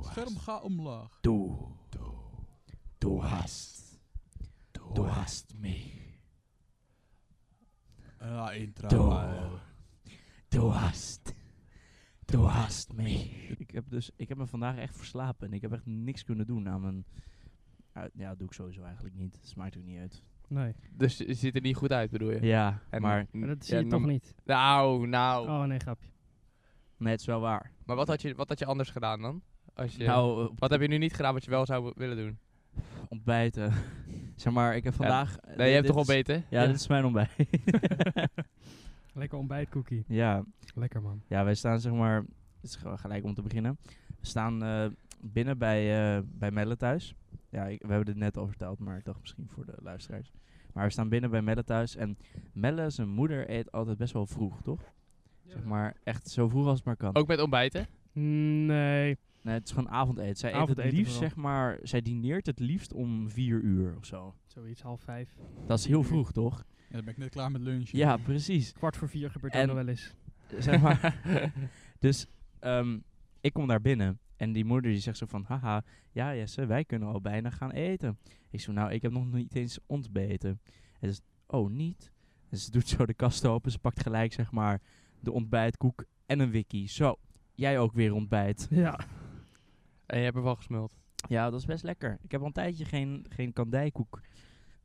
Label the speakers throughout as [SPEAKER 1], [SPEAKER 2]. [SPEAKER 1] scherm gaat omlaag.
[SPEAKER 2] Du, du hast, du hast mich,
[SPEAKER 1] Ja, intra.
[SPEAKER 2] du,
[SPEAKER 1] maar, eh,
[SPEAKER 2] du hast, du hast mich.
[SPEAKER 3] Ik heb, dus, ik heb me vandaag echt verslapen en ik heb echt niks kunnen doen aan mijn... uit- Ja, dat doe ik sowieso eigenlijk niet. Het maakt ook niet uit.
[SPEAKER 4] Nee.
[SPEAKER 5] Dus je ziet er niet goed uit, bedoel je?
[SPEAKER 3] Ja,
[SPEAKER 5] En-
[SPEAKER 3] maar
[SPEAKER 4] Maar dat zie
[SPEAKER 5] Ja,
[SPEAKER 4] je toch
[SPEAKER 5] norm-
[SPEAKER 4] niet.
[SPEAKER 5] Nou, nou.
[SPEAKER 4] Oh nee, grapje.
[SPEAKER 3] nee, het is wel waar.
[SPEAKER 5] Maar wat had, je, wat had je anders gedaan dan? Als je,
[SPEAKER 3] Nou, eh,
[SPEAKER 5] wat heb je nu niet gedaan wat je wel zou wi- willen doen?
[SPEAKER 3] ontbijten. zeg maar, ik heb vandaag...
[SPEAKER 5] Nee, je hebt toch
[SPEAKER 3] dit is-
[SPEAKER 5] ontbeten?
[SPEAKER 3] Ja, dit is mijn ontbijt.
[SPEAKER 4] Lekker ontbijtcookie.
[SPEAKER 3] ja.
[SPEAKER 4] Lekker man.
[SPEAKER 3] ja, wij staan zeg maar... Het is gewoon gelijk om te beginnen. We staan eh, binnen bij, eh bij Melle thuis. Ja, ik- we hebben dit net al verteld, maar ik dacht misschien voor de luisteraars. Maar we staan binnen bij Melle thuis. En Melle, zijn moeder, eet altijd best wel vroeg, toch? Zeg maar echt zo vroeg als het maar kan.
[SPEAKER 5] Ook met ontbijten?
[SPEAKER 4] Nee.
[SPEAKER 3] Nee, het is gewoon avondeten. Zij eet het
[SPEAKER 4] Avondeten
[SPEAKER 3] liefst,
[SPEAKER 4] vooral.
[SPEAKER 3] zeg maar... Zij dineert het liefst om vier uur of zo.
[SPEAKER 4] Zoiets, half vijf.
[SPEAKER 3] Dat is heel vroeg, toch?
[SPEAKER 1] ja, dan ben ik net klaar met lunch.
[SPEAKER 3] Ja, precies.
[SPEAKER 4] Kwart voor vier gebeurt
[SPEAKER 3] En-
[SPEAKER 4] dat nog wel eens.
[SPEAKER 3] Zeg maar. dus ehm, ik kom daar binnen. En die moeder die zegt zo van... Haha, ja Jesse, wij kunnen al bijna gaan eten. Ik zo, nou, ik heb nog niet eens ontbeten. En ze zegt, oh, niet? En ze doet zo de kast open. Ze pakt gelijk, zeg maar, de ontbijtkoek en een wiki. Zo, jij ook weer ontbijt.
[SPEAKER 4] Ja.
[SPEAKER 5] En je hebt ervan gesmuld.
[SPEAKER 3] Ja, dat is best lekker. Ik heb al een tijdje geen, geen kandijkoek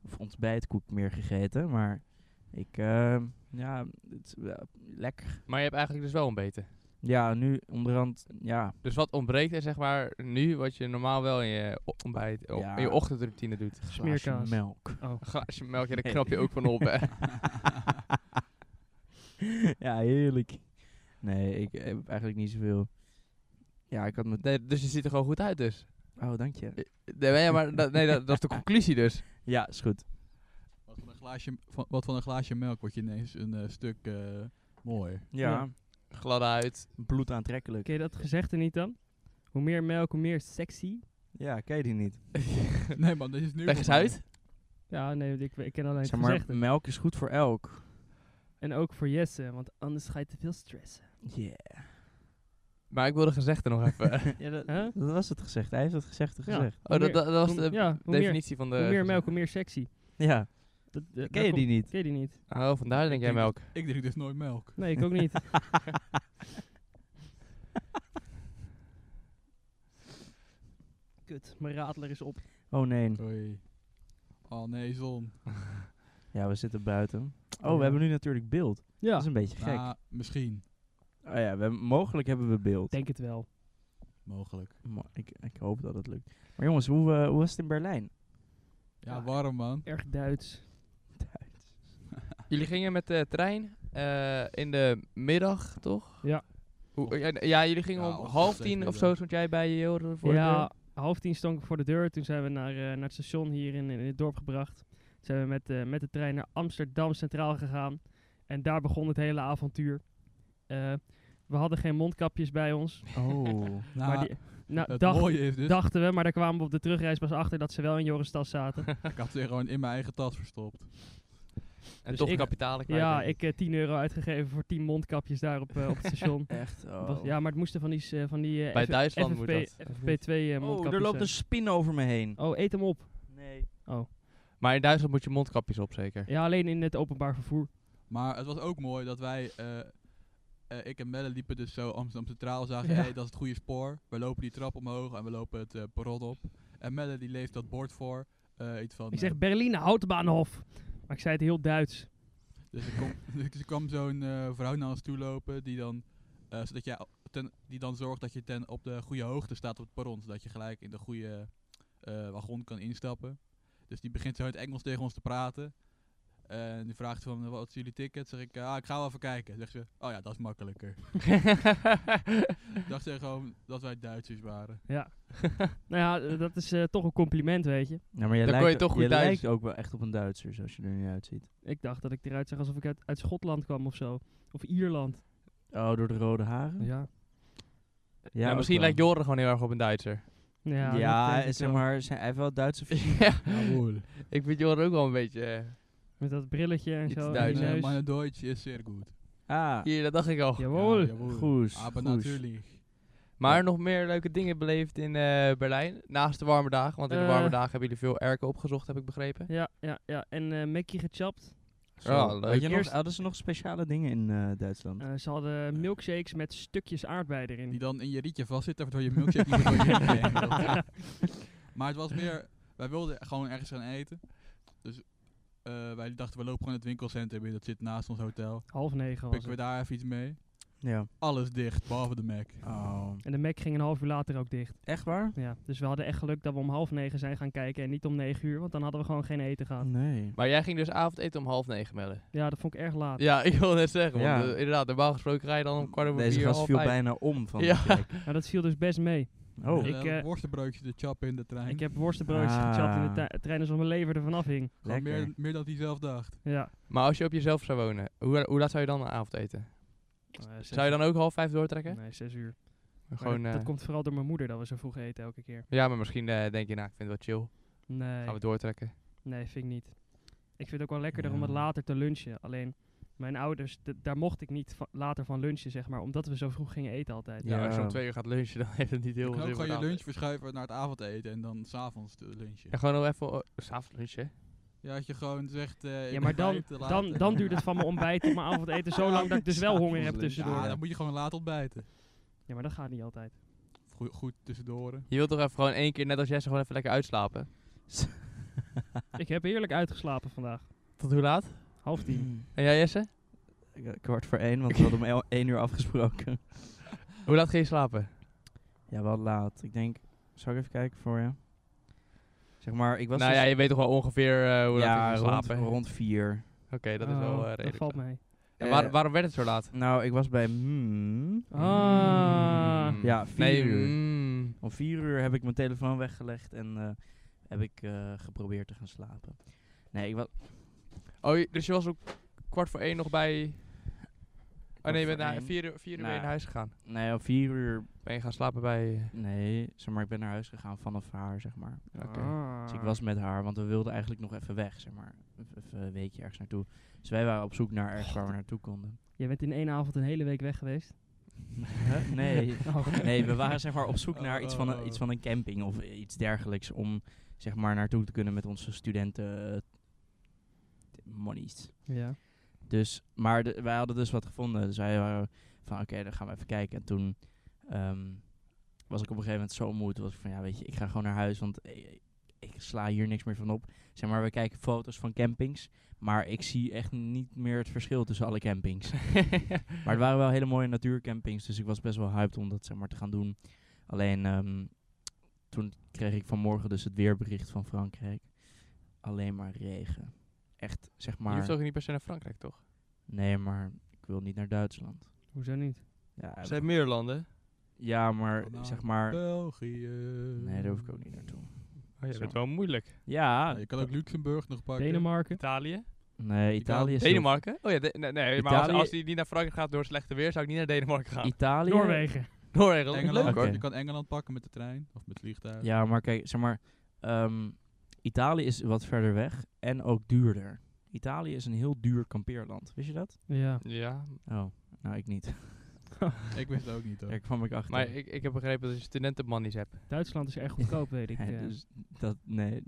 [SPEAKER 3] of ontbijtkoek meer gegeten. Maar ik, eh, ja, het is wel lekker.
[SPEAKER 5] Maar je hebt eigenlijk dus wel ontbeten.
[SPEAKER 3] Ja, nu onderhand, ja,
[SPEAKER 5] Dus wat ontbreekt er zeg maar nu wat je normaal wel in je o- ontbijt, o-
[SPEAKER 3] Ja.
[SPEAKER 5] in je ochtendroutine doet?
[SPEAKER 3] een glaasje
[SPEAKER 4] Smeerkaas.
[SPEAKER 3] melk.
[SPEAKER 4] Oh.
[SPEAKER 5] Een glaasje melk, ja, daar knap je ook van op. hè.
[SPEAKER 3] ja, heerlijk. Nee, ik heb eigenlijk niet zoveel. Ja, ik had me...
[SPEAKER 5] Nee, dus je ziet er gewoon goed uit dus.
[SPEAKER 3] Oh, dank je.
[SPEAKER 5] Nee, maar ja, maar dat, nee, dat, dat is de conclusie dus.
[SPEAKER 3] Ja, is goed.
[SPEAKER 1] Wat van een glaasje, van, wat van een glaasje melk wordt je ineens een eh, stuk eh mooier.
[SPEAKER 3] Ja,
[SPEAKER 5] Gladde huid.
[SPEAKER 3] bloedaantrekkelijk.
[SPEAKER 4] Ken je dat gezegde niet dan? Hoe meer melk, hoe meer sexy.
[SPEAKER 3] Ja, ken je die niet?
[SPEAKER 1] nee man, dit is nu...
[SPEAKER 5] Leg eens uit.
[SPEAKER 4] Ja, nee, ik, ik ken alleen het
[SPEAKER 3] Zeg maar,
[SPEAKER 4] gezegde.
[SPEAKER 3] melk is goed voor elk.
[SPEAKER 4] En ook voor Jesse, want anders ga je te veel stressen.
[SPEAKER 3] Yeah.
[SPEAKER 5] Maar ik wil de gezegde nog even.
[SPEAKER 3] ja, dat,
[SPEAKER 4] Huh?
[SPEAKER 3] dat was het gezegd. Hij heeft het gezegd
[SPEAKER 4] Ja.
[SPEAKER 3] gezegd.
[SPEAKER 5] Oh, dat,
[SPEAKER 4] meer-
[SPEAKER 5] dat, dat was
[SPEAKER 4] hoe-
[SPEAKER 5] de
[SPEAKER 4] ja, hoe meer-
[SPEAKER 5] definitie van de...
[SPEAKER 4] hoe meer melk,
[SPEAKER 5] gezegde.
[SPEAKER 4] hoe meer sexy.
[SPEAKER 3] Ja,
[SPEAKER 4] Dat, dat-
[SPEAKER 3] ken
[SPEAKER 4] dat
[SPEAKER 3] je
[SPEAKER 4] komt-
[SPEAKER 3] die niet?
[SPEAKER 4] eh, Ken je die niet?
[SPEAKER 5] Oh, vandaar denk jij
[SPEAKER 1] Ik denk
[SPEAKER 5] melk.
[SPEAKER 1] Ik drink dus nooit melk.
[SPEAKER 4] Nee, ik ook niet. Kut, mijn radler is op.
[SPEAKER 3] Oh nee.
[SPEAKER 1] Oei. Oh nee, zon.
[SPEAKER 3] Ja, we zitten buiten. Ah. Oh,
[SPEAKER 4] Ja.
[SPEAKER 3] we hebben nu natuurlijk beeld. Dat
[SPEAKER 4] Ja,
[SPEAKER 3] is een beetje gek.
[SPEAKER 1] Nou, misschien.
[SPEAKER 3] Oh ja, we hebben- mogelijk hebben we beeld.
[SPEAKER 4] denk het wel.
[SPEAKER 1] Mogelijk.
[SPEAKER 3] Mo- ik, ik hoop dat het lukt. Maar jongens, hoe, eh, hoe was het in Berlijn?
[SPEAKER 1] Ja,
[SPEAKER 4] Ja.
[SPEAKER 1] warm man.
[SPEAKER 4] Erg Duits.
[SPEAKER 5] Jullie gingen met de trein eh, in de middag, toch?
[SPEAKER 4] Ja.
[SPEAKER 5] Hoe- ja, ja, jullie gingen
[SPEAKER 1] Ja,
[SPEAKER 5] om
[SPEAKER 1] of
[SPEAKER 5] half
[SPEAKER 1] zes
[SPEAKER 5] tien of
[SPEAKER 1] middag.
[SPEAKER 5] zo, stond jij bij Joren voor de deur?
[SPEAKER 4] ja, half tien stond ik voor de deur. Toen zijn we naar, eh, naar het station hier in, in het dorp gebracht. Toen zijn we met, eh, met de trein naar Amsterdam Centraal gegaan. En daar begon het hele avontuur. Eh, we hadden geen mondkapjes bij ons.
[SPEAKER 3] Oh.
[SPEAKER 1] Nou,
[SPEAKER 4] maar die, nou,
[SPEAKER 1] het
[SPEAKER 4] dacht,
[SPEAKER 1] mooie is dus,
[SPEAKER 4] dachten we, maar daar kwamen we op de terugreis pas achter dat ze wel in Joris tas zaten.
[SPEAKER 1] ik had ze gewoon in mijn eigen tas verstopt.
[SPEAKER 5] En
[SPEAKER 4] dus
[SPEAKER 5] toch
[SPEAKER 4] ik-
[SPEAKER 5] kapitalen kwijt.
[SPEAKER 4] ja,
[SPEAKER 5] denk
[SPEAKER 4] ik heb 10 euro uitgegeven voor 10 mondkapjes daar op, eh, op het station.
[SPEAKER 3] Echt? Oh.
[SPEAKER 4] Dat was- ja, maar het moesten van die, s- eh, van die eh,
[SPEAKER 5] Bij
[SPEAKER 4] F-
[SPEAKER 5] Duitsland moet dat.
[SPEAKER 4] FFP, FFP2 eh,
[SPEAKER 3] oh,
[SPEAKER 4] mondkapjes
[SPEAKER 3] er loopt een
[SPEAKER 4] zijn.
[SPEAKER 3] spin over me heen.
[SPEAKER 4] Oh, eet hem op.
[SPEAKER 3] Nee.
[SPEAKER 5] Maar in Duitsland moet je mondkapjes op, zeker?
[SPEAKER 4] Ja, alleen in het openbaar vervoer.
[SPEAKER 1] Maar het was ook mooi dat wij, eh, eh, ik en Melle liepen dus zo Amsterdam Centraal, zagen,
[SPEAKER 4] Ja.
[SPEAKER 1] hey, dat is het goede spoor. We lopen die trap omhoog en we lopen het eh perron op. En Melle die leeft dat bord voor, eh, iets van...
[SPEAKER 4] Ik zeg
[SPEAKER 1] eh,
[SPEAKER 4] Berliner Autobahnhof. Maar ik zei het heel Duits.
[SPEAKER 1] dus er, kom, dus er kwam zo'n eh, vrouw naar ons toe lopen die dan, eh, zodat jij ten, die dan zorgt dat je ten, op de goede hoogte staat op het perron. Zodat je gelijk in de goede eh, wagon kan instappen. Dus die begint zo in het Engels tegen ons te praten. En die vraagt van, wat is jullie ticket? Zeg ik, ah, ik ga wel even kijken. Zegt ze, oh ja, dat is makkelijker. Ik dacht ze gewoon dat wij Duitsers waren.
[SPEAKER 4] Ja. nou ja, dat is eh, toch een compliment, weet je.
[SPEAKER 3] Ja, maar jij
[SPEAKER 5] Dan kon
[SPEAKER 3] lijkt,
[SPEAKER 5] je toch goed
[SPEAKER 3] jij
[SPEAKER 5] thuis.
[SPEAKER 3] lijkt ook wel echt op een Duitser, zoals je er nu uitziet.
[SPEAKER 4] Ik dacht dat ik eruit zag alsof ik uit, uit Schotland kwam of zo. Of Ierland.
[SPEAKER 3] Oh, door de rode haren?
[SPEAKER 4] Ja.
[SPEAKER 3] Ja,
[SPEAKER 5] nou,
[SPEAKER 3] ook
[SPEAKER 5] misschien
[SPEAKER 3] wel.
[SPEAKER 5] lijkt Joren gewoon heel erg op een Duitser.
[SPEAKER 4] Ja,
[SPEAKER 3] Ja,
[SPEAKER 4] dat denk
[SPEAKER 3] eh,
[SPEAKER 4] ik
[SPEAKER 3] zeg
[SPEAKER 4] wel.
[SPEAKER 3] maar, zijn, hij heeft wel Duitse figuur.
[SPEAKER 5] ja,
[SPEAKER 1] Jawohl.
[SPEAKER 5] ik vind Joren ook wel een beetje... eh,
[SPEAKER 4] Met dat brilletje en
[SPEAKER 5] Iets
[SPEAKER 4] zo. en
[SPEAKER 5] Duits,
[SPEAKER 4] die
[SPEAKER 5] hè,
[SPEAKER 4] neus.
[SPEAKER 1] Mijn eh, Duits is zeer goed.
[SPEAKER 3] Ah,
[SPEAKER 5] Hier, dat dacht ik al.
[SPEAKER 4] Jawohl.
[SPEAKER 1] jawohl.
[SPEAKER 3] Goes,
[SPEAKER 1] Aber
[SPEAKER 3] goes.
[SPEAKER 1] natuurlijk.
[SPEAKER 5] Maar
[SPEAKER 3] Ja.
[SPEAKER 5] nog meer leuke dingen beleefd in eh, Berlijn. Naast de warme dagen. Want in de warme
[SPEAKER 4] Eh.
[SPEAKER 5] dagen hebben jullie veel erken opgezocht, heb ik begrepen.
[SPEAKER 4] Ja, ja, ja. En eh Mackie gechapt.
[SPEAKER 3] Zo,
[SPEAKER 5] Ja, leuk.
[SPEAKER 3] had je nog-
[SPEAKER 4] Eerst-
[SPEAKER 3] hadden ze nog speciale dingen in eh, Duitsland?
[SPEAKER 4] Eh, ze hadden milkshakes met stukjes aardbei erin.
[SPEAKER 1] Die dan in je rietje vastzitten, waardoor je milkshake niet meer door je rietje heen loopt. Maar het was meer, wij wilden gewoon ergens gaan eten. Dus eh, wij dachten, we lopen gewoon het winkelcentrum in, dat zit naast ons hotel.
[SPEAKER 4] Half negen was
[SPEAKER 1] Pikken we
[SPEAKER 4] het.
[SPEAKER 1] daar even iets mee.
[SPEAKER 3] Ja.
[SPEAKER 1] Alles dicht, behalve de Mac.
[SPEAKER 3] Oh.
[SPEAKER 4] En de Mac ging een half uur later ook dicht.
[SPEAKER 3] Echt waar?
[SPEAKER 4] Ja, dus we hadden echt geluk dat we om half negen zijn gaan kijken en niet om negen uur, want dan hadden we gewoon geen eten
[SPEAKER 3] Mm.
[SPEAKER 4] gehad.
[SPEAKER 3] Nee.
[SPEAKER 5] Maar jij ging dus avondeten om half negen mellen.
[SPEAKER 4] Ja, dat vond ik erg laat.
[SPEAKER 5] Ja, ik wil net zeggen. Want
[SPEAKER 3] Ja.
[SPEAKER 5] eh, inderdaad, normaal gesproken ga je dan om kwart over
[SPEAKER 3] Deze
[SPEAKER 5] vier,
[SPEAKER 3] gast
[SPEAKER 5] half
[SPEAKER 3] viel
[SPEAKER 5] vijf.
[SPEAKER 3] bijna om van
[SPEAKER 5] Ja.
[SPEAKER 3] de plek.
[SPEAKER 4] Maar dat viel dus best mee.
[SPEAKER 3] Oh,
[SPEAKER 1] En,
[SPEAKER 4] Ik,
[SPEAKER 1] eh,
[SPEAKER 4] eh,
[SPEAKER 1] worstenbroodjes, de chap in de trein.
[SPEAKER 4] Ik heb worstenbroodjes
[SPEAKER 3] Ah.
[SPEAKER 4] gechapt in de tui- trein, alsof mijn lever ervan afhing.
[SPEAKER 1] Gewoon meer,
[SPEAKER 3] lekker.
[SPEAKER 1] meer dan hij zelf dacht.
[SPEAKER 4] Ja.
[SPEAKER 5] Maar als je op jezelf zou wonen, hoe, hoe laat zou je dan een avondeten?
[SPEAKER 4] Eh,
[SPEAKER 5] Zou je dan ook half vijf doortrekken?
[SPEAKER 4] Nee, zes uur. Maar
[SPEAKER 5] Gewoon,
[SPEAKER 4] dat,
[SPEAKER 5] eh,
[SPEAKER 4] dat komt vooral door mijn moeder dat we zo vroeg eten elke keer.
[SPEAKER 5] Ja, maar misschien eh, denk je, nou, ik vind het wel chill.
[SPEAKER 4] Nee,
[SPEAKER 5] Gaan we doortrekken.
[SPEAKER 4] nee, vind ik niet. Ik vind het ook wel lekkerder om
[SPEAKER 3] Ja.
[SPEAKER 4] het later te lunchen. Alleen, mijn ouders, d- daar mocht ik niet va- later van lunchen, zeg maar, omdat we zo vroeg gingen eten altijd.
[SPEAKER 5] Ja.
[SPEAKER 3] Ja.
[SPEAKER 5] als je om twee uur gaat lunchen, dan heeft het niet heel
[SPEAKER 1] Je kan
[SPEAKER 5] veel
[SPEAKER 1] ook
[SPEAKER 5] zin voor
[SPEAKER 1] gewoon je
[SPEAKER 5] de
[SPEAKER 1] lunch
[SPEAKER 5] avond.
[SPEAKER 1] verschuiven naar het avondeten en dan s'avonds de lunchje.
[SPEAKER 5] En gewoon nog even, oh, s'avonds lunchen.
[SPEAKER 1] Ja, dat je gewoon zegt... eh, ik
[SPEAKER 4] Ja,
[SPEAKER 1] ben
[SPEAKER 4] maar dan,
[SPEAKER 1] vijf te laat
[SPEAKER 4] dan,
[SPEAKER 1] en-
[SPEAKER 4] dan duurt het van mijn ontbijt tot mijn avondeten zo lang dat ik dus wel honger heb
[SPEAKER 3] S'avonds lunch.
[SPEAKER 4] tussendoor.
[SPEAKER 1] Ja, dan moet je gewoon laat ontbijten.
[SPEAKER 4] Ja, maar dat gaat niet altijd.
[SPEAKER 1] Of Goed, goed tussendoor.
[SPEAKER 5] Je wilt toch even gewoon één keer, net als Jesse, gewoon even lekker uitslapen?
[SPEAKER 4] Ik heb heerlijk uitgeslapen vandaag.
[SPEAKER 5] Tot hoe laat?
[SPEAKER 4] Half tien.
[SPEAKER 5] En jij Jesse?
[SPEAKER 3] Mm. Ik, eh, Kwart voor één, want we hadden om el- één uur afgesproken.
[SPEAKER 5] Hoe laat ging je slapen?
[SPEAKER 3] Ja, wel laat. Ik denk, zal ik even kijken voor je? Zeg maar, ik was
[SPEAKER 5] nou
[SPEAKER 3] dus-
[SPEAKER 5] ja, je weet toch wel ongeveer eh, hoe laat
[SPEAKER 3] ja,
[SPEAKER 5] je ging
[SPEAKER 3] rond,
[SPEAKER 5] slapen?
[SPEAKER 3] rond vier.
[SPEAKER 5] Oké, dat is wel eh,
[SPEAKER 4] Oh,
[SPEAKER 5] redelijk.
[SPEAKER 4] Dat valt mee.
[SPEAKER 5] En
[SPEAKER 3] Eh,
[SPEAKER 5] waar- waarom werd het zo laat?
[SPEAKER 3] Nou, ik was bij hmm,
[SPEAKER 4] Ah.
[SPEAKER 5] Mm.
[SPEAKER 3] Ja, vier
[SPEAKER 5] nee,
[SPEAKER 3] uur.
[SPEAKER 5] mm.
[SPEAKER 3] Om vier uur heb ik mijn telefoon weggelegd en eh, heb ik eh, geprobeerd te gaan slapen. Nee, ik was...
[SPEAKER 5] Oh, je- dus je was ook kwart voor één nog bij... Oh nee, je
[SPEAKER 3] voor
[SPEAKER 5] bent na
[SPEAKER 3] één.
[SPEAKER 5] vier uur, vier uur
[SPEAKER 3] Nou.
[SPEAKER 5] weer naar huis gegaan.
[SPEAKER 3] Nee, om vier uur...
[SPEAKER 5] Ben je gaan slapen bij...
[SPEAKER 3] Nee, zeg maar, ik ben naar huis gegaan vanaf haar, zeg maar.
[SPEAKER 5] Oké.
[SPEAKER 4] Ah.
[SPEAKER 3] Dus ik was met haar, want we wilden eigenlijk nog even weg, zeg maar. Even een weekje ergens naartoe. Dus wij waren op zoek naar ergens waar we naartoe konden.
[SPEAKER 4] Je bent in één avond een hele week weg geweest. Oh,
[SPEAKER 3] Huh? nee. nee, we waren zeg maar op zoek
[SPEAKER 1] Oh,
[SPEAKER 3] naar iets van, een, iets van een camping of iets dergelijks om zeg maar naartoe te kunnen met onze studenten eh, monies.
[SPEAKER 4] Ja.
[SPEAKER 3] Dus, maar de- wij hadden dus wat gevonden. Dus wij waren van, oké, dan gaan we even kijken. En toen ehm, was ik op een gegeven moment zo moe. Toen was ik van, ja, weet je, ik ga gewoon naar huis, want eh, ik sla hier niks meer van op. Zeg maar, we kijken foto's van campings, maar ik zie echt niet meer het verschil tussen alle campings. maar het waren wel hele mooie natuurcampings, dus ik was best wel hyped om dat, zeg maar, te gaan doen. Alleen, ehm, toen kreeg ik vanmorgen dus het weerbericht van Frankrijk. Alleen maar regen. Echt, zeg maar...
[SPEAKER 5] Je hoeft toch niet per se naar Frankrijk, toch?
[SPEAKER 3] Nee, maar ik wil niet naar Duitsland.
[SPEAKER 4] Hoezo niet?
[SPEAKER 3] Ja,
[SPEAKER 5] Er zijn meer landen.
[SPEAKER 3] ja maar
[SPEAKER 1] Nou,
[SPEAKER 3] zeg maar...
[SPEAKER 1] België.
[SPEAKER 3] Nee, daar hoef ik ook niet naartoe.
[SPEAKER 5] Oh,
[SPEAKER 3] Zo.
[SPEAKER 5] wel moeilijk.
[SPEAKER 3] Ja,
[SPEAKER 1] Nou, je kan ook Luxemburg nog pakken.
[SPEAKER 4] Denemarken.
[SPEAKER 5] Italië?
[SPEAKER 3] nee, Italië is... heel-
[SPEAKER 5] Denemarken? Oh ja, de- nee, nee, maar als,
[SPEAKER 3] Italië-
[SPEAKER 5] als die niet naar Frankrijk gaat door het slechte weer, zou ik niet naar Denemarken gaan.
[SPEAKER 3] Italië...
[SPEAKER 4] Noorwegen.
[SPEAKER 5] Noorwegen, leuk
[SPEAKER 1] Engeland,
[SPEAKER 5] hoor.
[SPEAKER 3] Oké.
[SPEAKER 1] Je kan Engeland pakken met de trein of met vliegtuig.
[SPEAKER 3] Ja, maar kijk, zeg maar... ehm, Italië is wat verder weg en ook duurder. Italië is een heel duur kampeerland. Wist je dat?
[SPEAKER 4] Ja.
[SPEAKER 5] Ja,
[SPEAKER 3] Oh, nou ik niet.
[SPEAKER 1] Ik wist het ook niet hoor.
[SPEAKER 3] Daar kwam ik achter.
[SPEAKER 5] maar ik, ik heb begrepen dat je studentenmannies hebt.
[SPEAKER 4] Duitsland is erg goedkoop, weet ik.
[SPEAKER 3] Ja,
[SPEAKER 4] eh.
[SPEAKER 3] dus dat... Nee,